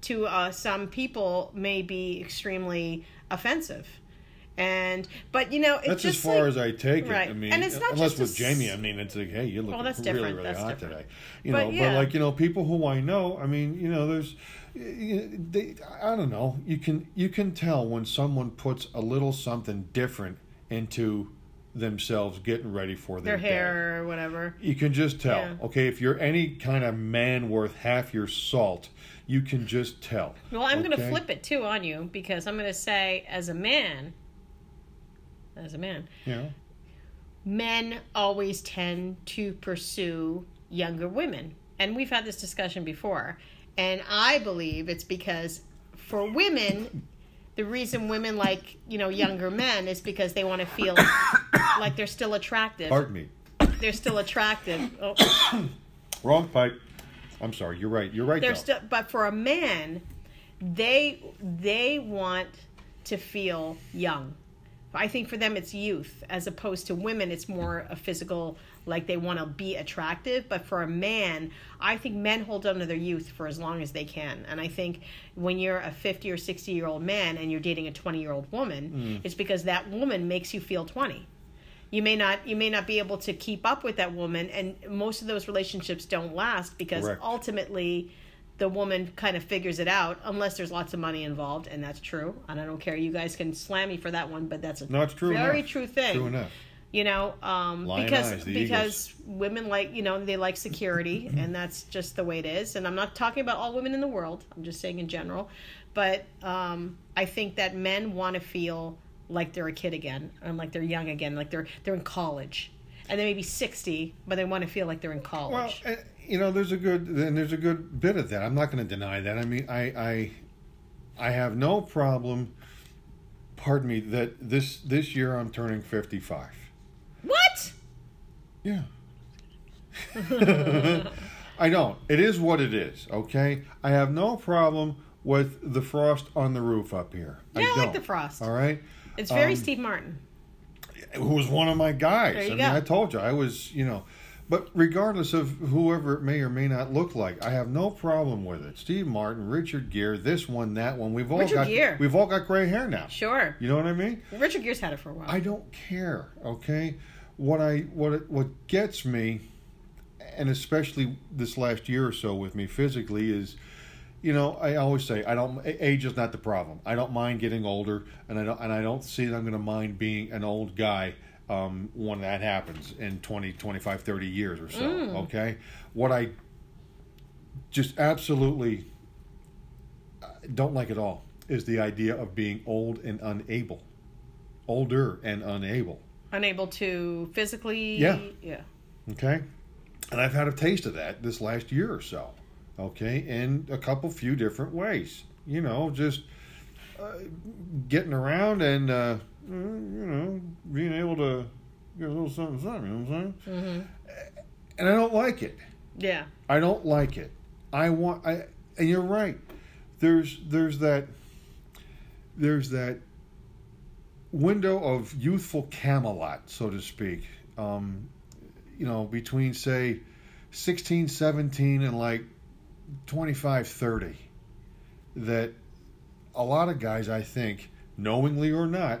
to uh, some people may be extremely offensive. And but you know, it's That's as just far like- as I take it. I right. mean, And it's not unless just a with s- Jamie, I mean, it's like, hey, you're looking that's really, different. really That's hot different. today. You But know, yeah. but like you know, people who I know, I mean, you know, there's, they, I don't know, you can you can tell when someone puts a little something different into themselves, getting ready for their their, day. hair or whatever. You can just tell. Yeah. Okay, if you're any kind of man worth half your salt, you can just tell. Well, I'm going to Okay? flip it too on you because I'm going to say, as a man, as a man, Yeah. men always tend to pursue younger women. And we've had this discussion before. And I believe it's because for women, the reason women like, you know, younger men is because they want to feel (coughs) like they're still attractive. Pardon me. They're still attractive. Oh. Wrong pipe. I'm sorry. You're right. You're right. They're though. still, but for a man, they they want to feel young. I think for them it's youth, as opposed to women, it's more a physical, like they want to be attractive. But for a man, I think men hold on to their youth for as long as they can. And I think when you're a 50 or 60 year old man and you're dating a 20 year old Mm. woman, it's because that woman makes you feel 20 you may not you may not be able to keep up with that woman and most of those relationships don't last because Correct. ultimately the woman kind of figures it out unless there's lots of money involved and that's true and i don't care you guys can slam me for that one but that's a No, it's true very enough. true thing True enough. you know um, Lion because eyes, the because women like you know they like security and that's just the way it is and i'm not talking about all women in the world i'm just saying in general but um, i think that men want to feel like they're a kid again and like they're young again like they're they're in college and they may be 60 but they want to feel like they're in college Well, uh, you know, there's a good and there's a good bit of that. I'm not going to deny that. I mean, I, I, I have no problem. Pardon me. That this this year I'm turning 55. what Yeah. (laughs) I don't. It is what it is. Okay. I have no problem with the frost on the roof up here. Yeah, I like don't, the frost. All right. it's very Um, steve martin who was one of my guys. There you I mean, go. I told you I was, you know, but regardless of whoever it may or may not look like, I have no problem with it. Steve Martin, Richard Gere, this one, that one. We've all Richard got Gere. we've all got gray hair now. sure You know what I mean? richard gere's had it for a while I don't care. Okay, what I what it, what gets me, and especially this last year or so with me physically is. You know, I always say I don't. a- Age is not the problem. I don't mind getting older, and I don't. And I don't see that I'm going to mind being an old guy um, when that happens in 20, 25, 30 years or so. Okay, what I just absolutely uh, don't like at all is the idea of being old and unable older and unable. unable to physically Yeah. yeah Okay? And I've had a taste of that this last year or so. Okay? In a couple few different ways. You know, just uh, getting around and, uh, you know, being able to get a little something, something, you know what I'm saying? And I don't like it. yeah I don't like it. I want I and you're right. There's there's that there's that window of youthful Camelot, so to speak. Um, you know, between say 16, 17 and like 25, 30 that a lot of guys I think knowingly or not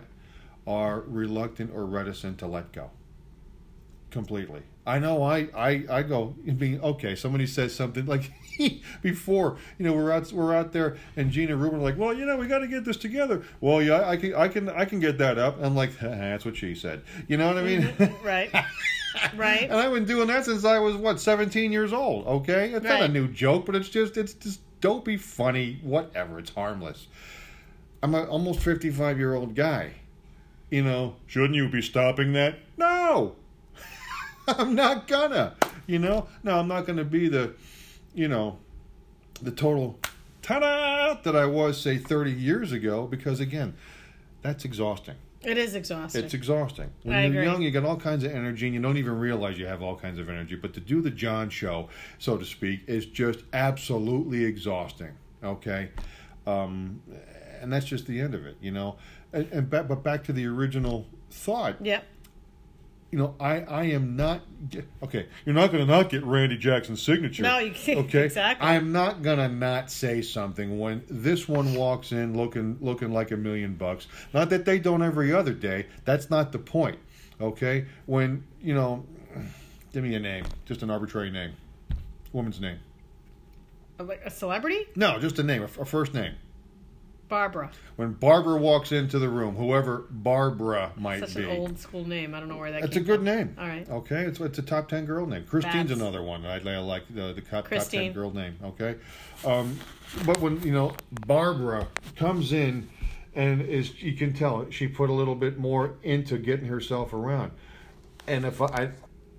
are reluctant or reticent to let go completely. I know I I, I go being okay. Somebody says something like (laughs) before you know we're out we're out there and Gina Rubin are like well you know we got to get this together. Well yeah I can I can I can get that up. I'm like (laughs) that's what she said. You know what I mean? (laughs) right right and I've been doing that since I was what 17 years old. Okay, it's not a Right. new joke, but it's just it's just dopey, funny, whatever. It's harmless. I'm an almost 55 year old guy. You know, shouldn't you be stopping that? No, (laughs) I'm not gonna. You know, no, I'm not gonna be the, you know, the total ta-da that I was say 30 years ago because again, that's exhausting. it is exhausting It's exhausting. When I you're agree. young, you got all kinds of energy, and you don't even realize you have all kinds of energy. But to do the John show, so to speak, is just absolutely exhausting. Okay, um, and that's just the end of it, you know. And, and ba- but back to the original thought, yep you know, I I am not okay. You're not going to not get Randy Jackson's signature. No, you can't- Okay, exactly. I'm not going to not say something when this one walks in looking looking like a million bucks. Not that they don't every other day. That's not the point. Okay, when you know, give me a name, just an arbitrary name, woman's name. Like a celebrity No, just a name, a, f- a first name. barbara When Barbara walks into the room, whoever Barbara might such be. an old school name i don't know where that It's a came good from. name. All right. Okay, it's it's a top ten girl name. Christine's Babs. another one. that I, I like the the top, top ten Christine. girl name. Okay, um, but when you know Barbara comes in and is you can tell she put a little bit more into getting herself around, and if I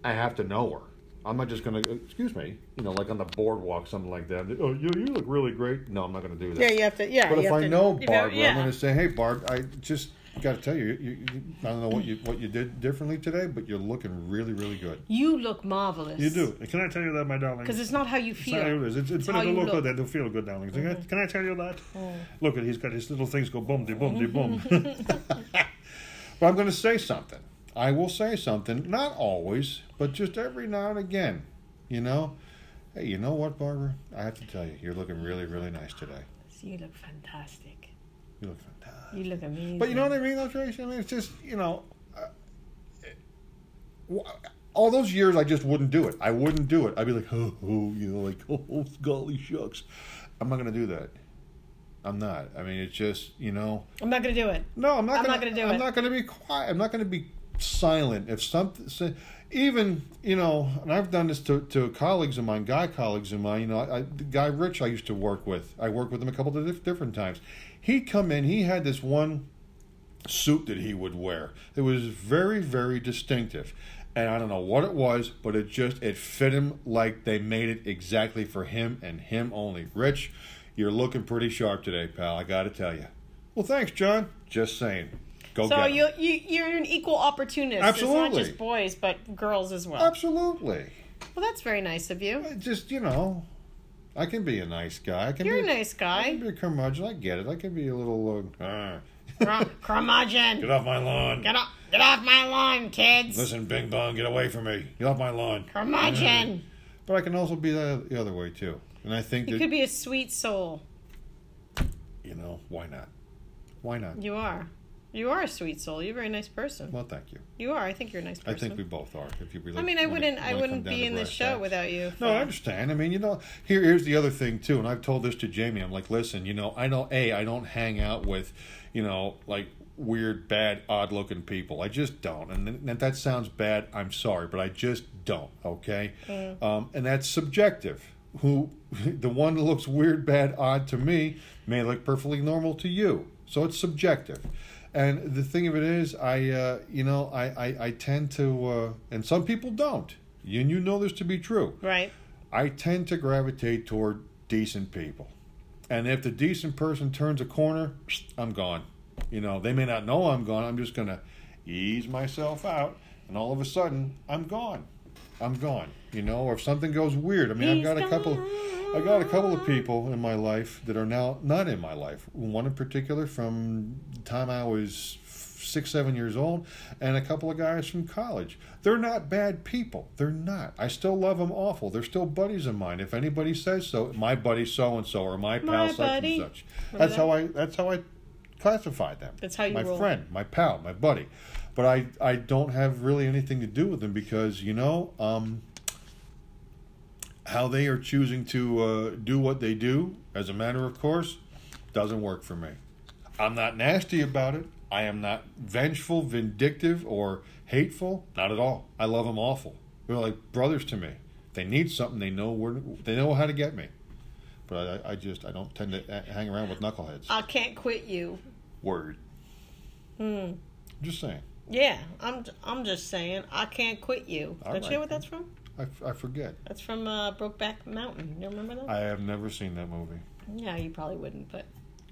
I have to know her. I'm not just gonna excuse me, you know, like on the boardwalk, something like that. Oh, you you look really great. No, I'm not gonna do that. yeah you have to yeah you But if have I to- know you know, Barbara, yeah. I'm going to say, "Hey, Barb, I just got to tell you, you, you, I don't know what you what you did differently today, but you're looking really, really good. you look marvelous You do. Can I tell you that, my darling? because it's not how you It's not how feel it is. It's, it's how better to you look, look. Mm-hmm. good than to feel good, darling. Can, I, can I tell you that? Look at he's got his little things go bum de bum de (laughs) bum. (laughs) But I'm going to say something. I will say something. Not always, but just every now and again. You know, hey, you know what, Barbara? I have to tell you, you're looking really, really nice today. you look fantastic You look fantastic. you look amazing But you know what I mean, though, Tracy? I mean, it's just you know, uh, it- wh- all those years I just wouldn't do it. I wouldn't do it. I'd be like, (laughs) oh, oh, you know, like (laughs) oh, golly shucks, I'm not gonna do that. I'm not. I mean, it's just you know, i'm not gonna do it no, I'm not. I'm gonna, not gonna do I'm it. not gonna be quiet. I'm not gonna be silent. If something, so even you know, and I've done this to, to colleagues of mine, guy colleagues of mine. You know, I, the guy Rich I used to work with. I worked with him a couple of diff- different times. He'd come in. He had this one suit that he would wear. It was very very distinctive. And I don't know what it was, but it just it fit him like they made it exactly for him and him only. Rich, you're looking pretty sharp today, pal. I got to tell you. Well, thanks, John. Just saying. Go So get 'em. you you you're an equal opportunist. It's Absolutely. not just boys, but girls as well. Absolutely. Well, that's very nice of you. I just you know, I can be a nice guy. I can You're a be nice I guy. can be a curmudgeon. I get it. I can be a little. Uh, "Ah, Crum- Curmudgeon. (laughs) get off my lawn. Get off, get off my lawn, kids. Listen, Bing Bong, get away from me. Get off my lawn. Curmudgeon. But I can also be the, the other way too. And I think You that could be a sweet soul. you know why not? Why not? You are. You are a sweet soul. You're a very nice person. Well, thank you. You are. I think you're a nice person. I think we both are. If you really, I mean, I wanna- wouldn't. I wanna wouldn't come down be to in this brass show tacks. without you. No, I understand. I mean, you know, here here's the other thing too, and I've told this to Jamie. I'm like, listen, you know, I don't a I don't hang out with, you know, like weird, bad, odd looking people. I just don't. And, th- and that sounds bad. I'm sorry, but I just don't. Okay, um, and that's subjective. Who (laughs) the one that looks weird, bad, odd to me may look perfectly normal to you. So it's subjective. And the thing of it is, I uh, you know, I I, I tend to, uh, and some people don't. You, you know this to be true. Right. I tend to gravitate toward decent people. And if the decent person turns a corner, (sniffs) I'm gone. You know, they may not know I'm gone. I'm just going to ease myself out. And all of a sudden, I'm gone. I'm gone. You know, or if something goes weird. I mean, I've He's got a couple. I got a couple of people in my life that are now not in my life. One in particular from the time I was six, seven years old, and a couple of guys from college. They're not bad people. They're not. I still love them awful. They're still buddies of mine. If anybody says so, my buddy so and so or my pal My such buddy. and such. That's how I. That's how I classified them. That's how you my roll. friend, my pal, my buddy. But I, I don't have really anything to do with them because you know. Um, how they are choosing to uh, do what they do, as a matter of course, doesn't work for me. I'm not nasty about it. I am not vengeful, vindictive, or hateful. Not at all. I love them awful. They're like brothers to me. If they need something. They know where. They know how to get me. But I, I just I don't tend to a- hang around with knuckleheads. I can't quit you. Word. Hmm. Just saying. Yeah, I'm. I'm just saying. I can't quit you. All Don't you right. know what that's from? I, f- I forget. That's from uh, Brokeback Mountain. You remember that? I have never seen that movie. yeah, you probably wouldn't, but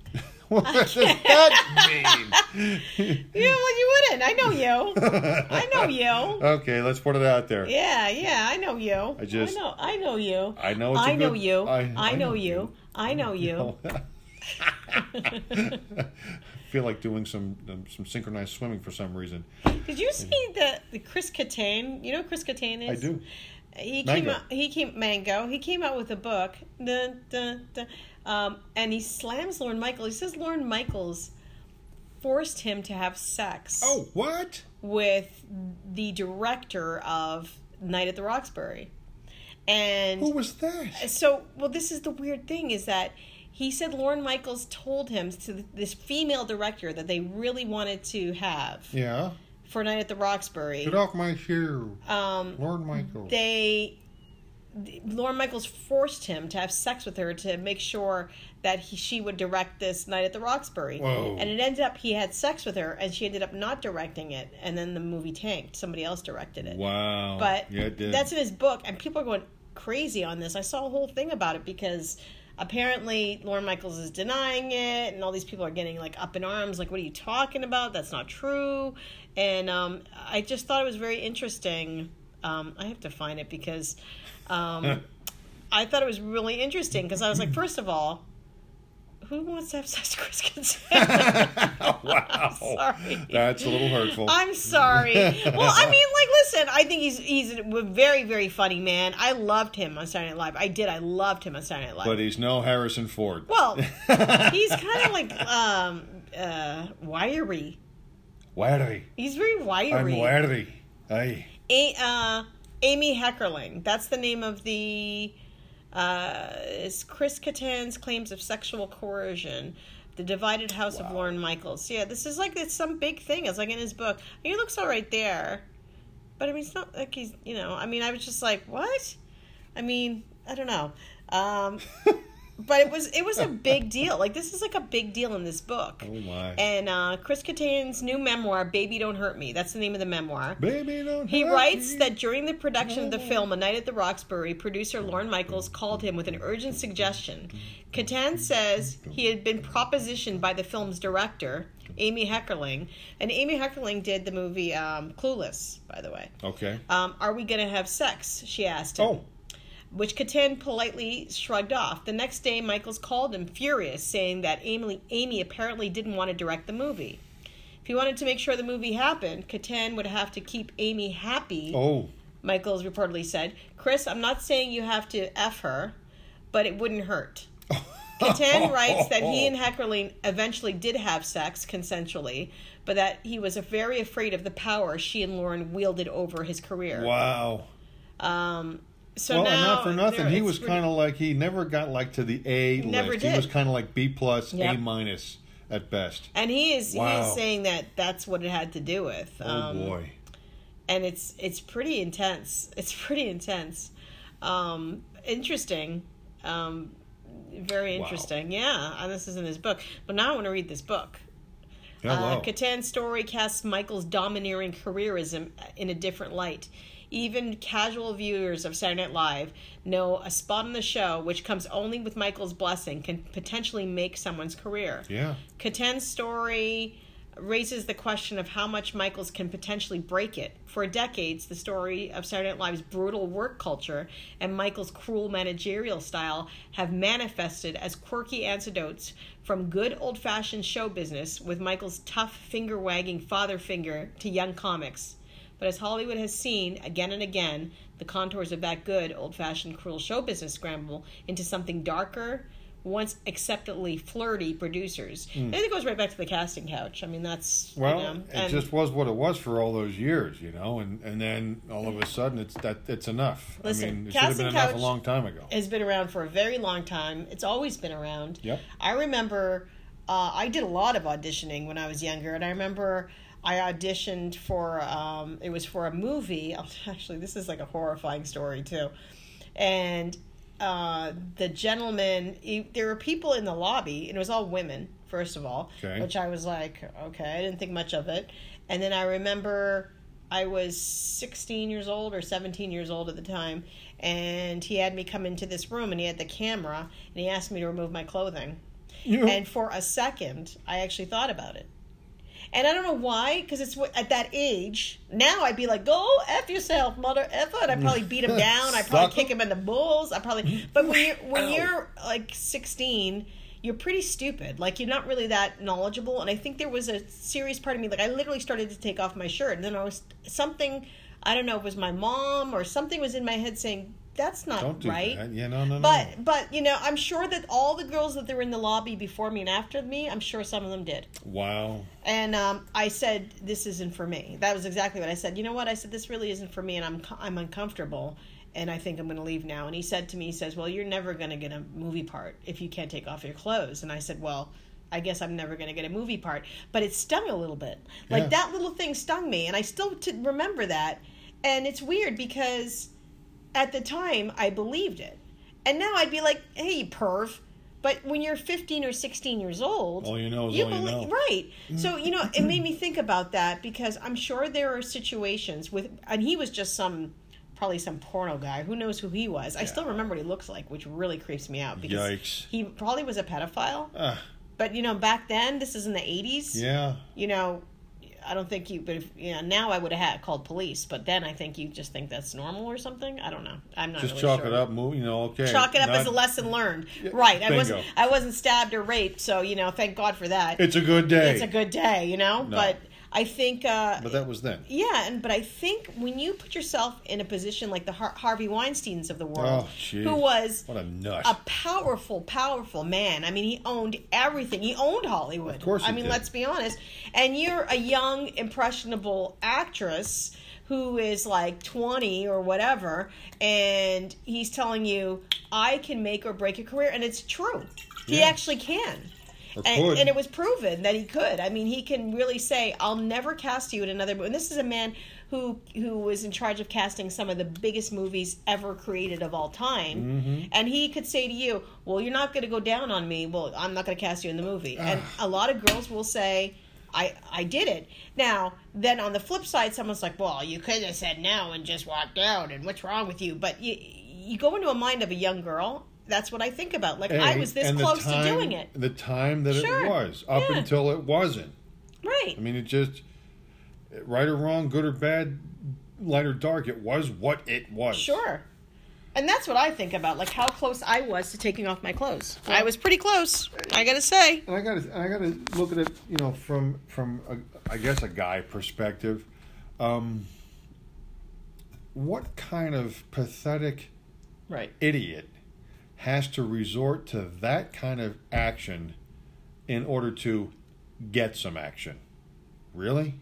(laughs) what does that mean? yeah, well, you wouldn't. I know you. I know (laughs) you. Okay, let's put it out there. Yeah, yeah, I know you. I just- I know. I know you. I know. It's a I know good- you. I, know you. I know you. I Oh. (laughs) feel like doing some um, some synchronized swimming for some reason. Did you see the, the Chris Kattan? You know who Chris Kattan I is? do. He Mango. came out. He came mango. He came out with a book. Dun, dun, dun. Um, and he slams Lauren Michaels. He says Lauren Michaels forced him to have sex Oh, what? with the director of Night at the Roxbury. And Who was that? so well this is the weird thing is that he said Lauren Michaels told him to th- this female director that they really wanted to have Yeah. for Night at the Roxbury. Get off my shoe, Um, Lord Michael. they th- Lauren Michaels forced him to have sex with her to make sure that he, she would direct this night at the Roxbury. Whoa. And it ended up he had sex with her and she ended up not directing it and then the movie tanked. Somebody else directed it. Wow. But Oh, yeah, it did. that's in his book and people are going crazy on this. I saw a whole thing about it because apparently Lauren Michaels is denying it and all these people are getting like up in arms like what are you talking about? That's not true. And um, I just thought it was very interesting. Um, I have to find it because (laughs) um, I thought it was really interesting because I was like, first of all, who wants to have sex with Chris Kattan? wow. sorry. That's a little hurtful. I'm sorry. Well, I mean, like, listen, I think he's he's a very very funny man. I loved him on Saturday Night Live. I did. I loved him on Saturday Night Live. but he's no Harrison Ford. (laughs) well, he's kind of like um uh wiry. Wiry. He's very I'm wiry. wiry. Hey. A- uh, Amy Heckerling. That's the name of the. Uh, is Chris Kattan's claims of sexual coercion The Divided House of Lauren Michaels. Yeah, this is like it's some big thing. It's like in his book. He looks all right there, but I mean, it's not like he's you know. I mean, I was just like, what? I mean, I don't know. (laughs) Um, but it was it was a big deal. Like this is like a big deal in this book. Oh my. And uh, Chris Kattan's new memoir, Baby Don't Hurt Me. That's the name of the memoir. Baby, don't He hurt writes me. that during the production of the film A Night at the Roxbury, producer Lorne Michaels called him with an urgent suggestion. Catan says he had been propositioned by the film's director, Amy Heckerling, and Amy Heckerling did the movie um, Clueless, by the way. Okay. Um, Are we going to have sex? She asked him oh, which Catan politely shrugged off. The next day, Michaels called him furious, saying that Amy, Amy apparently didn't want to direct the movie. If he wanted to make sure the movie happened, Catan would have to keep Amy happy, oh, Michaels reportedly said. Chris, I'm not saying you have to F her, but it wouldn't hurt. (laughs) Catan writes that he and Heckerling eventually did have sex consensually, but that he was very afraid of the power she and Lauren wielded over his career. wow. Um, so Well, now, and not for nothing, there- he it's was pretty- kind of like he never got like to the A Never list. did. He was kind of like B plus, Yep. A minus at best. And he is he Wow. is saying that that's what it had to do with. Um, oh boy. And it's it's pretty intense. (laughs) It's pretty intense. Um, interesting. Um, very Wow. interesting. Yeah, and this is in his book. But now I want to read this book. Hello. Uh, Catan's story casts Michael's domineering careerism in a different light. Even casual viewers of Saturday Night Live know a spot on the show, which comes only with Michael's blessing, can potentially make someone's career. yeah. Catan's story raises the question of how much Michaels can potentially break it. For decades, the story of Saturday Night Live's brutal work culture and Michaels' cruel managerial style have manifested as quirky antidotes from good old fashioned show business with Michaels' tough finger wagging father finger to young comics. But as Hollywood has seen again and again, the contours of that good old fashioned cruel show business scramble into something darker, once acceptably flirty producers. And it goes right back to the casting couch. I mean, that's you Hmm. Well, know, it and- just was what it was for all those years, you know, and, and then all of a sudden it's that it's enough. I Listen, mean, it should have Casting been enough a Couch- long time ago. has been around for a very long time. It's always been around. Yep. I remember uh, I did a lot of auditioning when I was younger, and I remember I auditioned for um, it was for a movie. (laughs) Actually, this is like a horrifying story too, and uh, the gentleman he, there were people in the lobby, and it was all women. First of all, Okay. which I was like, okay, I didn't think much of it, and then I remember I was 16 years old or 17 years old at the time, and he had me come into this room and he had the camera and he asked me to remove my clothing. You- And for a second, I actually thought about it. And I don't know why, because it's what- at that age. Now I'd be like, "Go f yourself, mother effer," and I'd probably beat (laughs) him down. I'd probably Suck kick him in the balls. I probably. But when you're when you're like 16, you're pretty stupid. Like you're not really that knowledgeable. And I think there was a serious part of me, like I literally started to take off my shirt, and then I was something. I don't know. It was my mom or something was in my head saying, "That's not Don't do right." that. Yeah, no, no, no. But but you know, I'm sure that all the girls that were in the lobby before me and after me, I'm sure some of them did. wow. And um, I said, "This isn't for me." That was exactly what I said. You know what? I said, "This really isn't for me," and I'm I'm uncomfortable, and I think I'm going to leave now. And he said to me, "He says, well, you're never going to get a movie part if you can't take off your clothes." And I said, "Well." I guess I'm never going to get a movie part, but it stung a little bit. Like Yeah. that little thing stung me, and I still t- remember that. And it's weird because at the time I believed it, and now I'd be like, "Hey, you perv!" But when you're 15 or 16 years old, All you know is all you know. right? So you know, it made me think about that because I'm sure there are situations with, and he was just some, probably some porno guy. Who knows who he was? I still remember what he looks like, which really creeps me out because Yikes. he probably was a pedophile. Ah, But you know, back then, this is in the 80s yeah. you know, I don't think you. But if you know, now I would have had called police. But then I think you just think that's normal or something. I don't know. I'm not Just really chalk sure. it up, move you know, okay. Chalk it up not- as a lesson learned, right? I wasn't. bingo. I wasn't stabbed or raped, so you know, thank God for that. It's a good day. It's a good day, you know. No. But I think. Uh, But that was then. yeah, and but I think when you put yourself in a position like the Har- Harvey Weinstein's of the world, Oh, jeez. who was What a nut. a powerful, powerful man. I mean, he owned everything. He owned Hollywood. Of course he I mean, did. let's be honest. And you're a young, impressionable actress who is like 20 or whatever, and he's telling you, I can make or break a career. And it's true. He Yeah. actually can. Or and, could. and it was proven that he could. I mean, he can really say, "I'll never cast you in another movie." And this is a man who who was in charge of casting some of the biggest movies ever created of all time, Mm-hmm. and he could say to you, "Well, you're not going to go down on me. Well, I'm not going to cast you in the movie." and a lot of girls will say. I, I did it. Now, then on the flip side, someone's like, well, you could have said no and just walked out, and what's wrong with you? But you, you go into a mind of a young girl. That's what I think about. Like, I Hey, was this and the close time- to doing it. The time that Sure, it was, up yeah. until it wasn't. Right. I mean, it just, right or wrong, good or bad, light or dark, it was what it was. Sure. And that's what I think about, like how close I was to taking off my clothes. I was pretty close, I gotta say. And I got to, I got to look at it, you know, from from a, I guess a guy perspective. Um, what kind of pathetic Right. idiot has to resort to that kind of action in order to get some action? Really?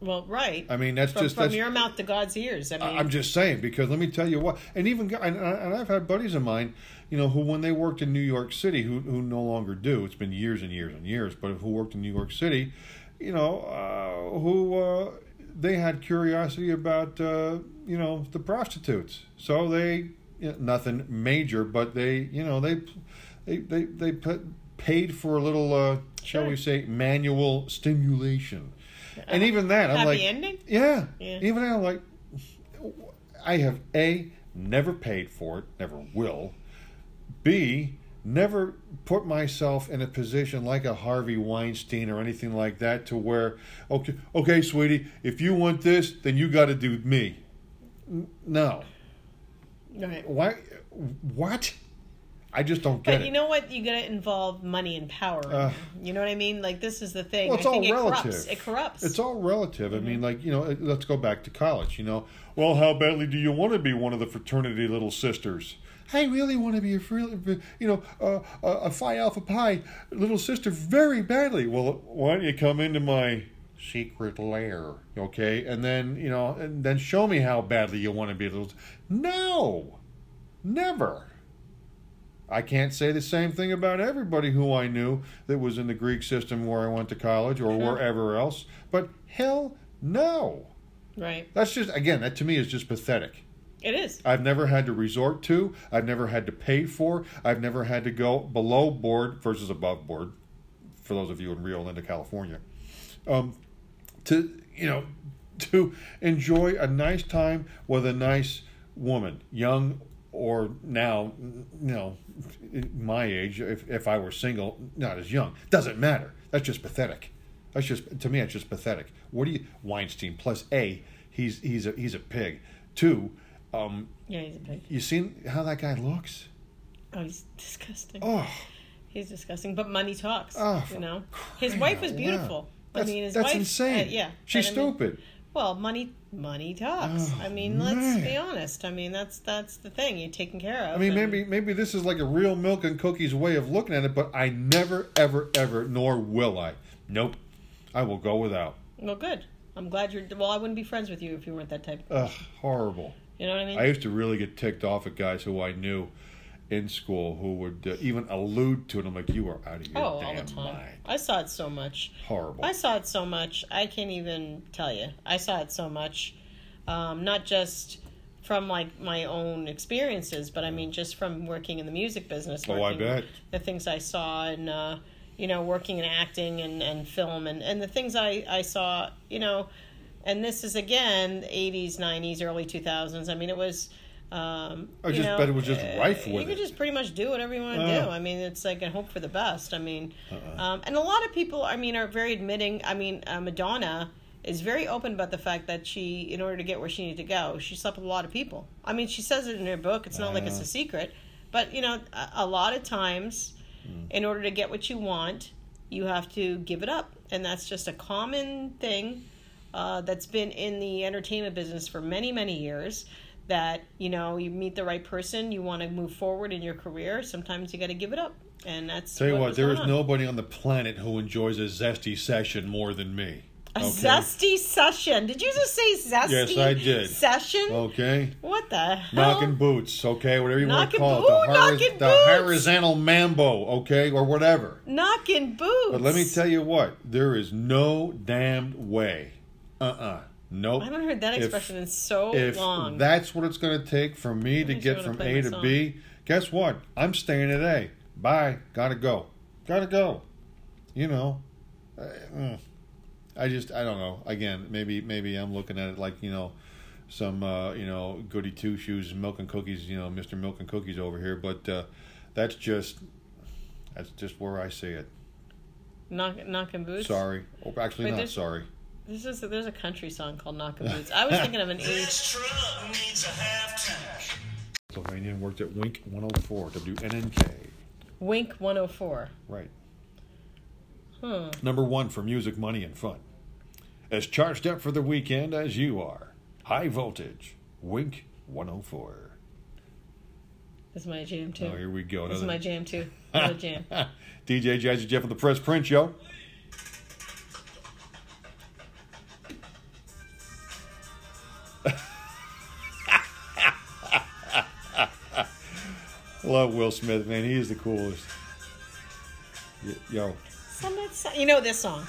Well, right. I mean, that's from just from that's, your mouth to God's ears. I mean, I- I'm just saying because let me tell you what, and even gu- and, and I've had buddies of mine, you know, who when they worked in New York City, who who no longer do. It's been years and years and years, but who worked in New York City, you know, uh, who uh, they had curiosity about, uh, you know, the prostitutes. So they you know, nothing major, but they, you know, they they they they put, paid for a little, uh, shall we say, manual stimulation. And even that, I'm uh, happy like, ending? yeah. Yeah. Even now, like, I have A, never paid for it, never will. B, never put myself in a position like a Harvey Weinstein or anything like that to where, okay, okay, sweetie, if you want this, then you got to do me. N- No. right. Why? What? I just don't get But you it. know what? You gotta involve money and power. Ugh. you know what I mean? Like this is the thing. Well, it's I all think relative. (laughs) it corrupts. It corrupts. Mm-hmm. It's all relative. I mean, like you know, it- let's go back to college. You know, well, how badly do you want to be one of the fraternity little sisters? I really want to be a fri- you know uh, a, a phi alpha pi little sister very badly. Well, why don't you come into my secret lair, okay? And then you know, and then show me how badly you want to be a little. No, never. I can't say the same thing about everybody who I knew that was in the Greek system where I went to college or wherever else. But hell no. right. That's just, again, that to me is just pathetic. It is. I've never had to resort to, I've never had to pay for, I've never had to go below board versus above board, for those of you in Rio Linda, California, um, to, you know, (laughs) to enjoy a nice time with a nice woman, young or now, you know, my age, if, if I were single, not as young, doesn't matter. That's just pathetic. That's just to me. That's just pathetic. What do you Weinstein plus a? He's he's a he's a pig. Two, um, Yeah, he's a pig. you seen how that guy looks? Oh, he's disgusting. Oh, He's disgusting. But money talks. Oh, for you know, his wife was out loud. beautiful. I that's, mean, his that's wife. insane. uh, yeah. she's But I mean- stupid. Well, money money talks. Oh, I mean, let's be man. honest. I mean, that's that's the thing you're taken care of. I and- mean, maybe maybe this is like a real milk and cookies way of looking at it, but I never, ever, ever, nor will I. Nope, I will go without. Well, good. I'm glad you're. Well, I wouldn't be friends with you if you weren't that type. Ugh, horrible. You know what I mean? Oh, I used to really get ticked off at guys who I knew in school who would uh, even allude to it. I'm like, you are out of your oh, all damn the time. mind. I saw it so much. Horrible. I saw it so much. I can't even tell you. I saw it so much. Um, not just from like my own experiences, but I mean just from working in the music business. Oh, I working- bet. The things I saw and uh, you know working in acting and and film and and the things I I saw you know, and this is again eighties, nineties, early two thousands. I mean it was. Um, I you just know, bet it was just uh, rife You with could it. just pretty much do whatever you want to Oh. Uh-uh. do. I mean, it's like and hope for the best. I mean, um, and a lot of people, I mean, are very admitting. I mean, uh, Madonna is very open about the fact that she, in order to get where she needed to go, she slept with a lot of people. I mean, she says it in her book. It's not like Uh. it's a secret, but you know, a, a lot of times, in order to get what you want, you have to give it up, and that's just a common thing uh, that's been in the entertainment business for many, many years. That you know, you meet the right person, you want to move forward in your career. Sometimes you got to give it up, and that's Tell you what, was there going is on. nobody on the planet who enjoys a zesty session more than me. A Okay. zesty session. Did you just say zesty? Yes, I did. Session. Okay. What the hell? Knocking boots, okay, whatever you Knocking want to bo- call ooh, it. The, horiz- knocking the boots. horizontal mambo, okay, or whatever. Knocking boots. But let me tell you what, there is no damned way. Uh uh Nope. I haven't heard that If- expression in so if long. that's what it's going to take for me to just get wanna from play A my to song. B, guess what? I'm staying at A. Bye. Gotta go. Gotta go. You know, Uh, mm. I just I don't know. Again, maybe maybe I'm looking at it like you know, some uh, you know goody two shoes, milk and cookies. You know, Mister Milk and Cookies over here, but uh, that's just that's just where I see it. Knock, knocking boots. Sorry, oh, actually But not there's- sorry. This is there's a country song called Knocking Boots. I was thinking of an age. This truck needs a half tank. Pennsylvania worked at Wink 104 WNNK. Wink 104. Right. Hmm. Number one for music, money, and fun. As charged up for the weekend as you are. High voltage. Wink 104. This is my jam too. Oh, here we go. this is Another- my jam (laughs) too. Another jam. DJ Jazzy Jeff of the Press Print Show. (laughs) Love Will Smith, man. He is the coolest. Y- Yo, Some of it's- you know this song.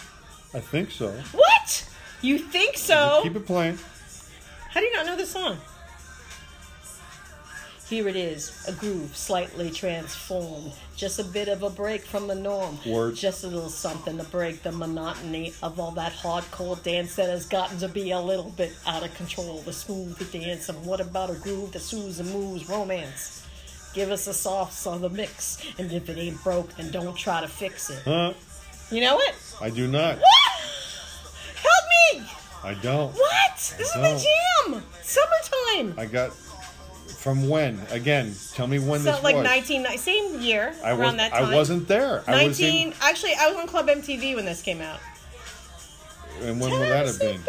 I think so. What? You think so? Keep it playing. How do you not know this song? Here it is, a groove slightly transformed. Just a bit of a break from the norm. Word. Just a little something to break the monotony of all that hardcore dance that has gotten to be a little bit out of control. The smooth, the dance, and what about a groove that soothes and moves romance? Give us a soft southern mix, and if it ain't broke, then don't try to fix it. Huh? You know it? I do not. Help me! I don't. What? This is my jam! Summertime! I got from when? Again, tell me when So this like was. 19, ni- same year I around was. that time. I wasn't there. I was 19. in. actually, I was on Club MTV when this came out. And when would that have been?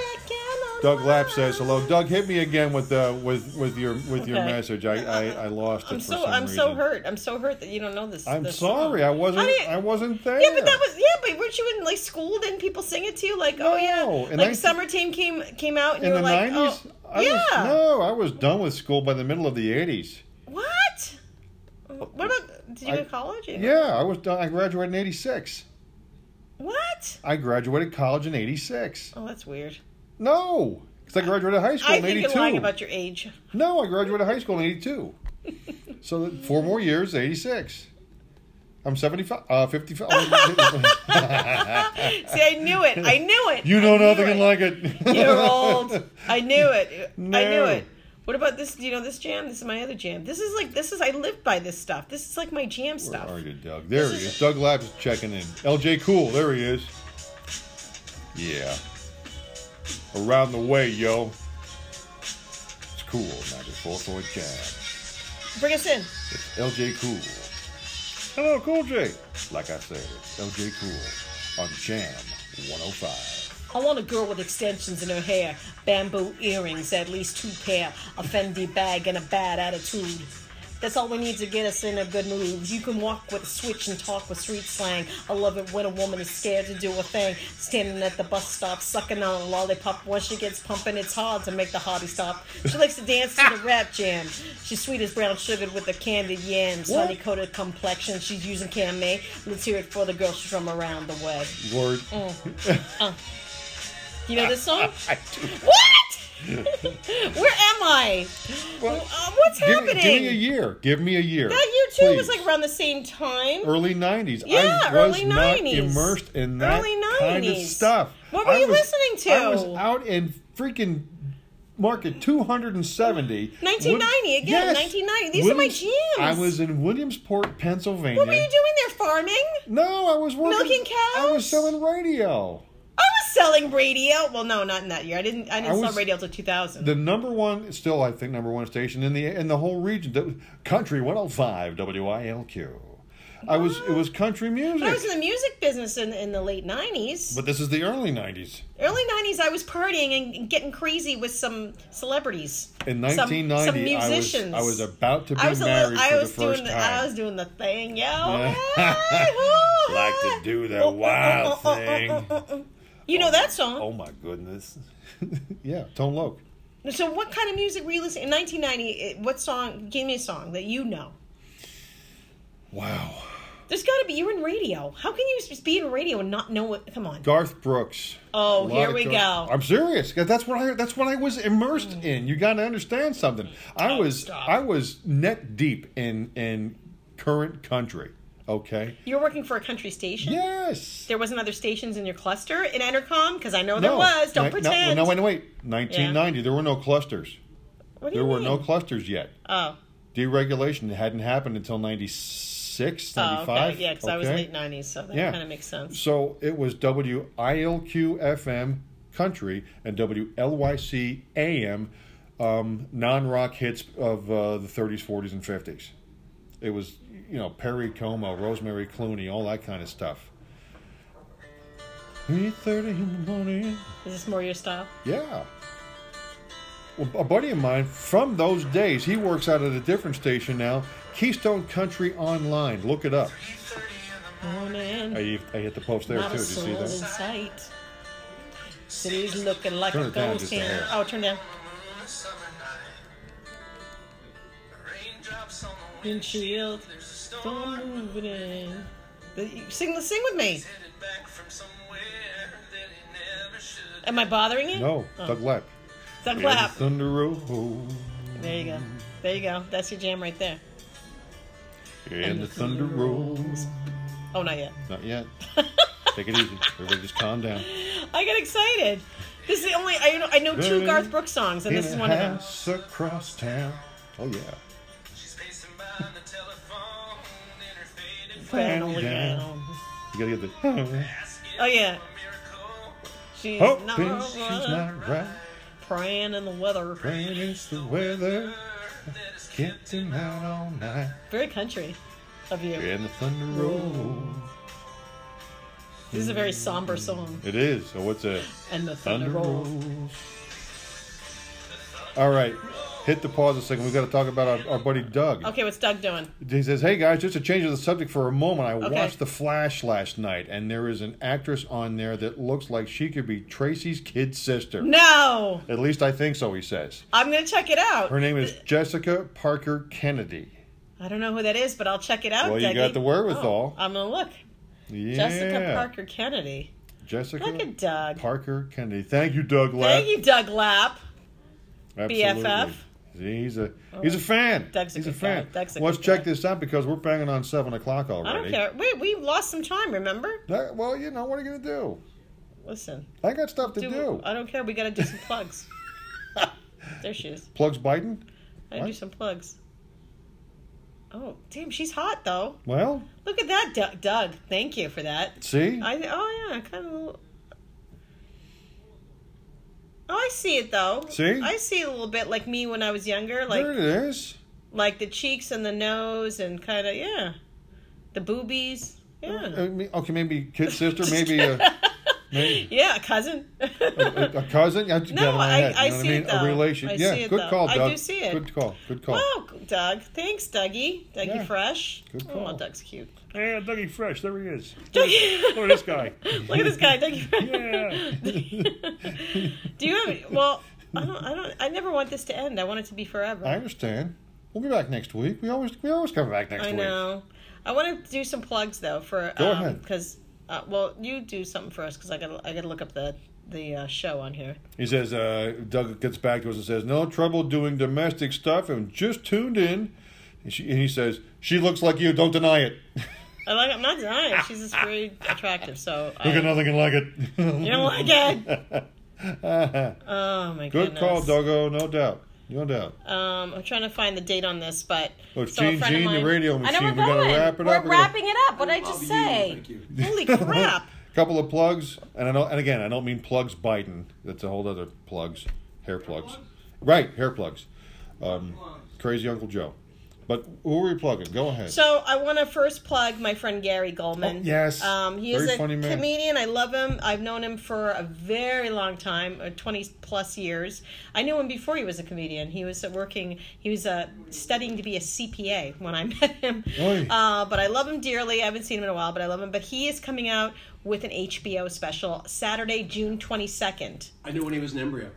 Doug Lapp says hello. Doug, hit me again with the with with your with your Okay. message. I I, I lost it I'm for so some I'm reason. so hurt. I'm so hurt that you don't know this. I'm this sorry. song. I wasn't. How do you- I wasn't there. Yeah, but that was yeah. But weren't you in like school? Didn't people sing it to you? Like oh yeah, No, in like 19 summer team came came out and in you the were like nineties. oh yeah. Was, no, I was done with school by the middle of the eighties. What? What about did you go I- to college? Yeah, I was done. I graduated in eighty six. What? I graduated college in eighty six. Oh, that's weird. No, because I graduated high school I in think eighty you're lying two. about your age. (laughs) No, I graduated high school in 82. so that four more years, 86. I'm 75, uh, 55. (laughs) See, I knew it. I knew it. you know I knew nothing it. like it. You're (laughs) old. I knew it. I knew No. it. What about this? Do you know this jam? This is my other jam. This is like this is I live by this stuff. This is like my jam Where stuff. are you, Doug? There he is. Doug Labs is checking in. LJ Cool, there he is. Yeah. Around the way, yo. It's cool. 94.4 jam. Bring us in. LJ Cool. Hello, Cool J. Like I said, LJ Cool on Jam 105. I want a girl with extensions in her hair, bamboo earrings, at least two pair, a Fendi bag, and a bad attitude. That's all we need to get us in a good mood. You can walk with a switch and talk with street slang. I love it when a woman is scared to do a thing. Standing at the bus stop, sucking on a lollipop. Once she gets pumping, it's hard to make the hobby stop. She likes to dance to the rap jam. She's sweet as brown sugar with a candied yam. Sunny coated complexion, she's using Camé. Let's hear it for the girl she's from around the way. Word. Mm. You know this song? I do. What? (laughs) Where am I? Well, Uh, what's (laughs) give, me, happening? give me a year. Give me a year. that you too was please. like around the same time. early '90s. Yeah, I was early not 90s. immersed in that Early kind of 90s. stuff. What were I you was- listening I was to? out in freaking market 270. 1990, Wi- again, Yes. 1990. These are my Williams- jams. I was in Williamsport, Pennsylvania. what were you doing there? Farming? No, I was working. Milking I cows? was selling radio. I was selling radio. Well, no, not in that year. I didn't. I didn't I sell was- radio till 2000. The number one, still I think number one station in the in the whole region, that was country 105 WILQ. I was it was country music. I was in the music business in, in the late 90s. But this is the early 90s. Early 90s, I was partying and getting crazy with some celebrities. In Some- 1990, some, I, was, musicians. I was about to be I was a married little, I for was the first doing the, time. I was doing the thing, yo. (laughs) Yeah. Hey, hoo, (laughs) like ha. to do the wild thing. You know that song. Oh my goodness. (laughs) yeah, Tone Loc. So, what kind of music were you listening in 1990? it- What song? Give me a song that you know. Wow. There's got to be. You're in radio. How can you s- be in radio and not know what? Come on. Garth Brooks. Oh, A lot here of we Garth- go. I'm serious. 'cause That's what I. That's what I was immersed in. You got to understand something. I was. I was neck deep in in current country. Okay. You're working for a country station. Yes. There wasn't other stations in your cluster in Entercom because I know there was. Don't Ni- pretend. No, no, wait, wait. 1990. There were no clusters. What do There you were mean? no clusters yet. Oh. Deregulation hadn't happened until 96, Oh, 95. okay. Yeah, because I was okay? late 90s, so that Yeah. kind of makes sense. So it was WILQ FM country and WLYC AM um, non rock hits of uh, the 30s, 40s, and 50s. It was, you know, Perry Como, Rosemary Clooney, all that kind of stuff. 3.30 in the morning. Is this more your style? Yeah. Well, a buddy of mine from those days, he works out at a different station now, Keystone Country Online. Look it up. Morning. I, I hit the post there Not too. a Did you soul see in that? sight. City's looking like Turn a it down ghost just a town. hair. Oh, turn down. Windshield. Storm moving in. But you- Sing, sing with me. Am I bothering you? No, Oh. Doug Leck. The clap. Thunder Road. There you go. There you go. That's your jam right there. And the thunder rolls. Oh, not yet. (laughs) Not yet. Take it easy. Everybody just calm down. I get excited. This is the only I know, I know two Burning Garth Brooks songs, and this In is a one of them. house across town. Oh, yeah. Flannel Yeah. gown. You gotta get the. Oh, Oh yeah. She's Hoping not, she's not right. praying in the weather. Rain is the weather. Kept him out all night. Very country of you. And the thunder rolls. This is a very somber song. It is. So what's a And the thunder thunder rolls. rolls? All right. Hit the pause a second. We've got to talk about our, our buddy Doug. Okay, what's Doug doing? He says, "Hey guys, just to change the subject for a moment, I Okay. watched The Flash last night, and there is an actress on there that looks like she could be Tracy's kid sister. No, At least I think so." He says, I'm gonna check it out. "Her name is Jessica Parker Kennedy." I don't know who that is, but I'll check it out. Well, you Dougie. got the Oh, wherewithal. I'm gonna look. Yeah, Jessica Parker Kennedy. Jessica Look at Doug. Parker Kennedy. Thank you, Doug. Lapp. Thank you, Doug Lapp. Absolutely. BFF. He's a he's a fan. Oh. Doug's a he's good guy. fan. Doug's a Let's good check guy. this out because we're banging on seven o'clock already. I don't care. We we lost some time. Remember? That- well, you know what are you gonna do? Listen, I got stuff to do. I don't care. We gotta do some (laughs) plugs. there she is. Plugs Biden. I gotta do What? some plugs. Oh, damn, she's hot though. Well, Look at that, Doug. Doug thank you for that. see. I oh yeah, kind of. Oh, I see it though. See? I see it a little bit like me when I was younger, like there it is. like the cheeks and the nose and kind of yeah, the boobies. (laughs) I Yeah. mean, Uh, Okay, maybe (laughs) kid sister, maybe a, maybe yeah, cousin. a, a cousin. I, No, I- I see it, A though. relation. I yeah, see it, good though. call, I Doug. do see it. Good call. Good call. (laughs) oh, Doug. Thanks, Dougie. Dougie Yeah. Fresh. Good Oh, call. Doug's cute. Yeah, uh, Dougie Fresh, there he is. Dougie. Look at this guy. Look at this guy, Dougie Fresh. Yeah. (laughs) (laughs) Do you have? Well, I don't. I don't. I never want this to end. I want it to be forever. I understand. We'll be back next week. We always we always come back next I week. know. I want to do some plugs though for Go ahead. because uh, well you do something for us because I got I got to look up the the uh, show on here. He says, uh, Doug gets back to us and says, No trouble doing domestic stuff and just tuned in. And, she, and he says, She looks like you. Don't deny it. (laughs) I like I'm not denying it. she's just very attractive. So I, Ah. Look at you nothing and like it. don't like it. (laughs) Oh my Good goodness. call, Doggo. No doubt. No doubt. Um, I'm trying to find the date on this, but Oh, so a Gene, friend of Gene, the mine- radio I know machine. we're We gotta going. wrap it we're up. We gotta- wrapping it up. What did I just say? Holy crap! (laughs) Couple of plugs, and I don't, and again, I don't mean plugs Biden. That's a whole other plugs, hair plugs, right? Hair plugs. Um, Crazy Uncle Joe, But who are we plugging? Go ahead. So I want to first plug my friend Gary Goldman. Oh, yes. Um, he is Very a funny man. comedian. I love him. I've known him for a very long time, uh, 20 plus years. I knew him before he was a comedian. He was uh, working, he was uh, studying to be a CPA when I (laughs) met him. Oy. Uh, but I love him dearly. I haven't seen him in a while, but I love him. But he is coming out with an HBO special Saturday, June 22nd. I knew when he was an embryo.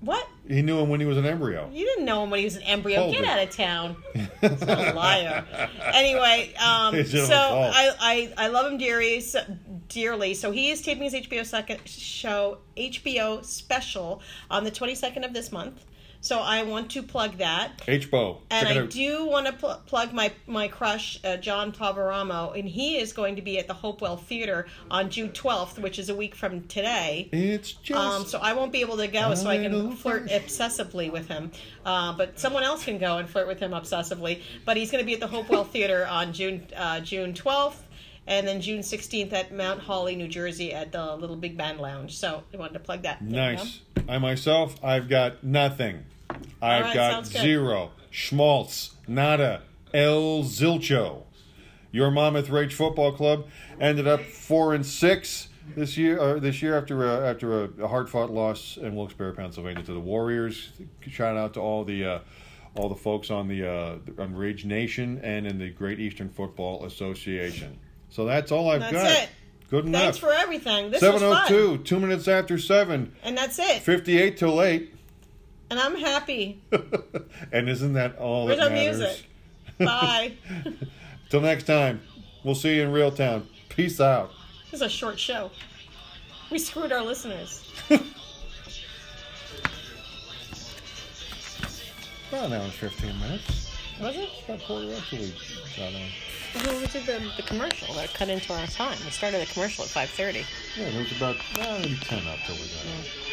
What? He knew him when he was an embryo. You didn't know him when he was an embryo. Told Get me. out of town. He's a liar. (laughs) anyway, um, It's your so own fault. I, I, I love him dearly, so, dearly. So he is taping his HBO second show, HBO special, on the 22nd of this month. So I want to plug that. H-Bo. And Check it I out. do want to pl- plug my my crush, uh, John Pavaramo, and he is going to be at the Hopewell Theater on June 12th, which is a week from today. It's just... Um, so I won't be able to go, so I Idle can flirt obsessively with him. Uh, but someone else can go and flirt with him obsessively. But he's going to be at the Hopewell Theater on June uh, June twelfth, and then June sixteenth at Mount Holly, New Jersey, at the Little Big Band Lounge. So I wanted to plug that. There you go. Nice. I myself, I've got nothing. I've right, got sounds good. zero. Schmaltz, nada, El Zilcho. Your Monmouth Rage Football Club ended up four and six this year. Uh, this year after a, after a, hard fought loss in Wilkes-Barre, Pennsylvania, to the Warriors. Shout out to all the. Uh, all the folks on the uh, on Rage Nation and in the Great Eastern Football Association. So that's all I've That's got. it. Good enough. Thanks for everything. This was fun, 702, two minutes after seven. and that's it. 58 till 8. And I'm happy. (laughs) and isn't that all Where's that our matters? music? Bye. Till next time, we'll see you in real town. Peace out. this is a short show. We screwed our listeners. About an hour and 15 minutes. Was it? About quarter after we got on. Well, we did the, the commercial that cut into our time. We started the commercial at five thirty. Yeah, there was about uh, maybe 10 up till we got on.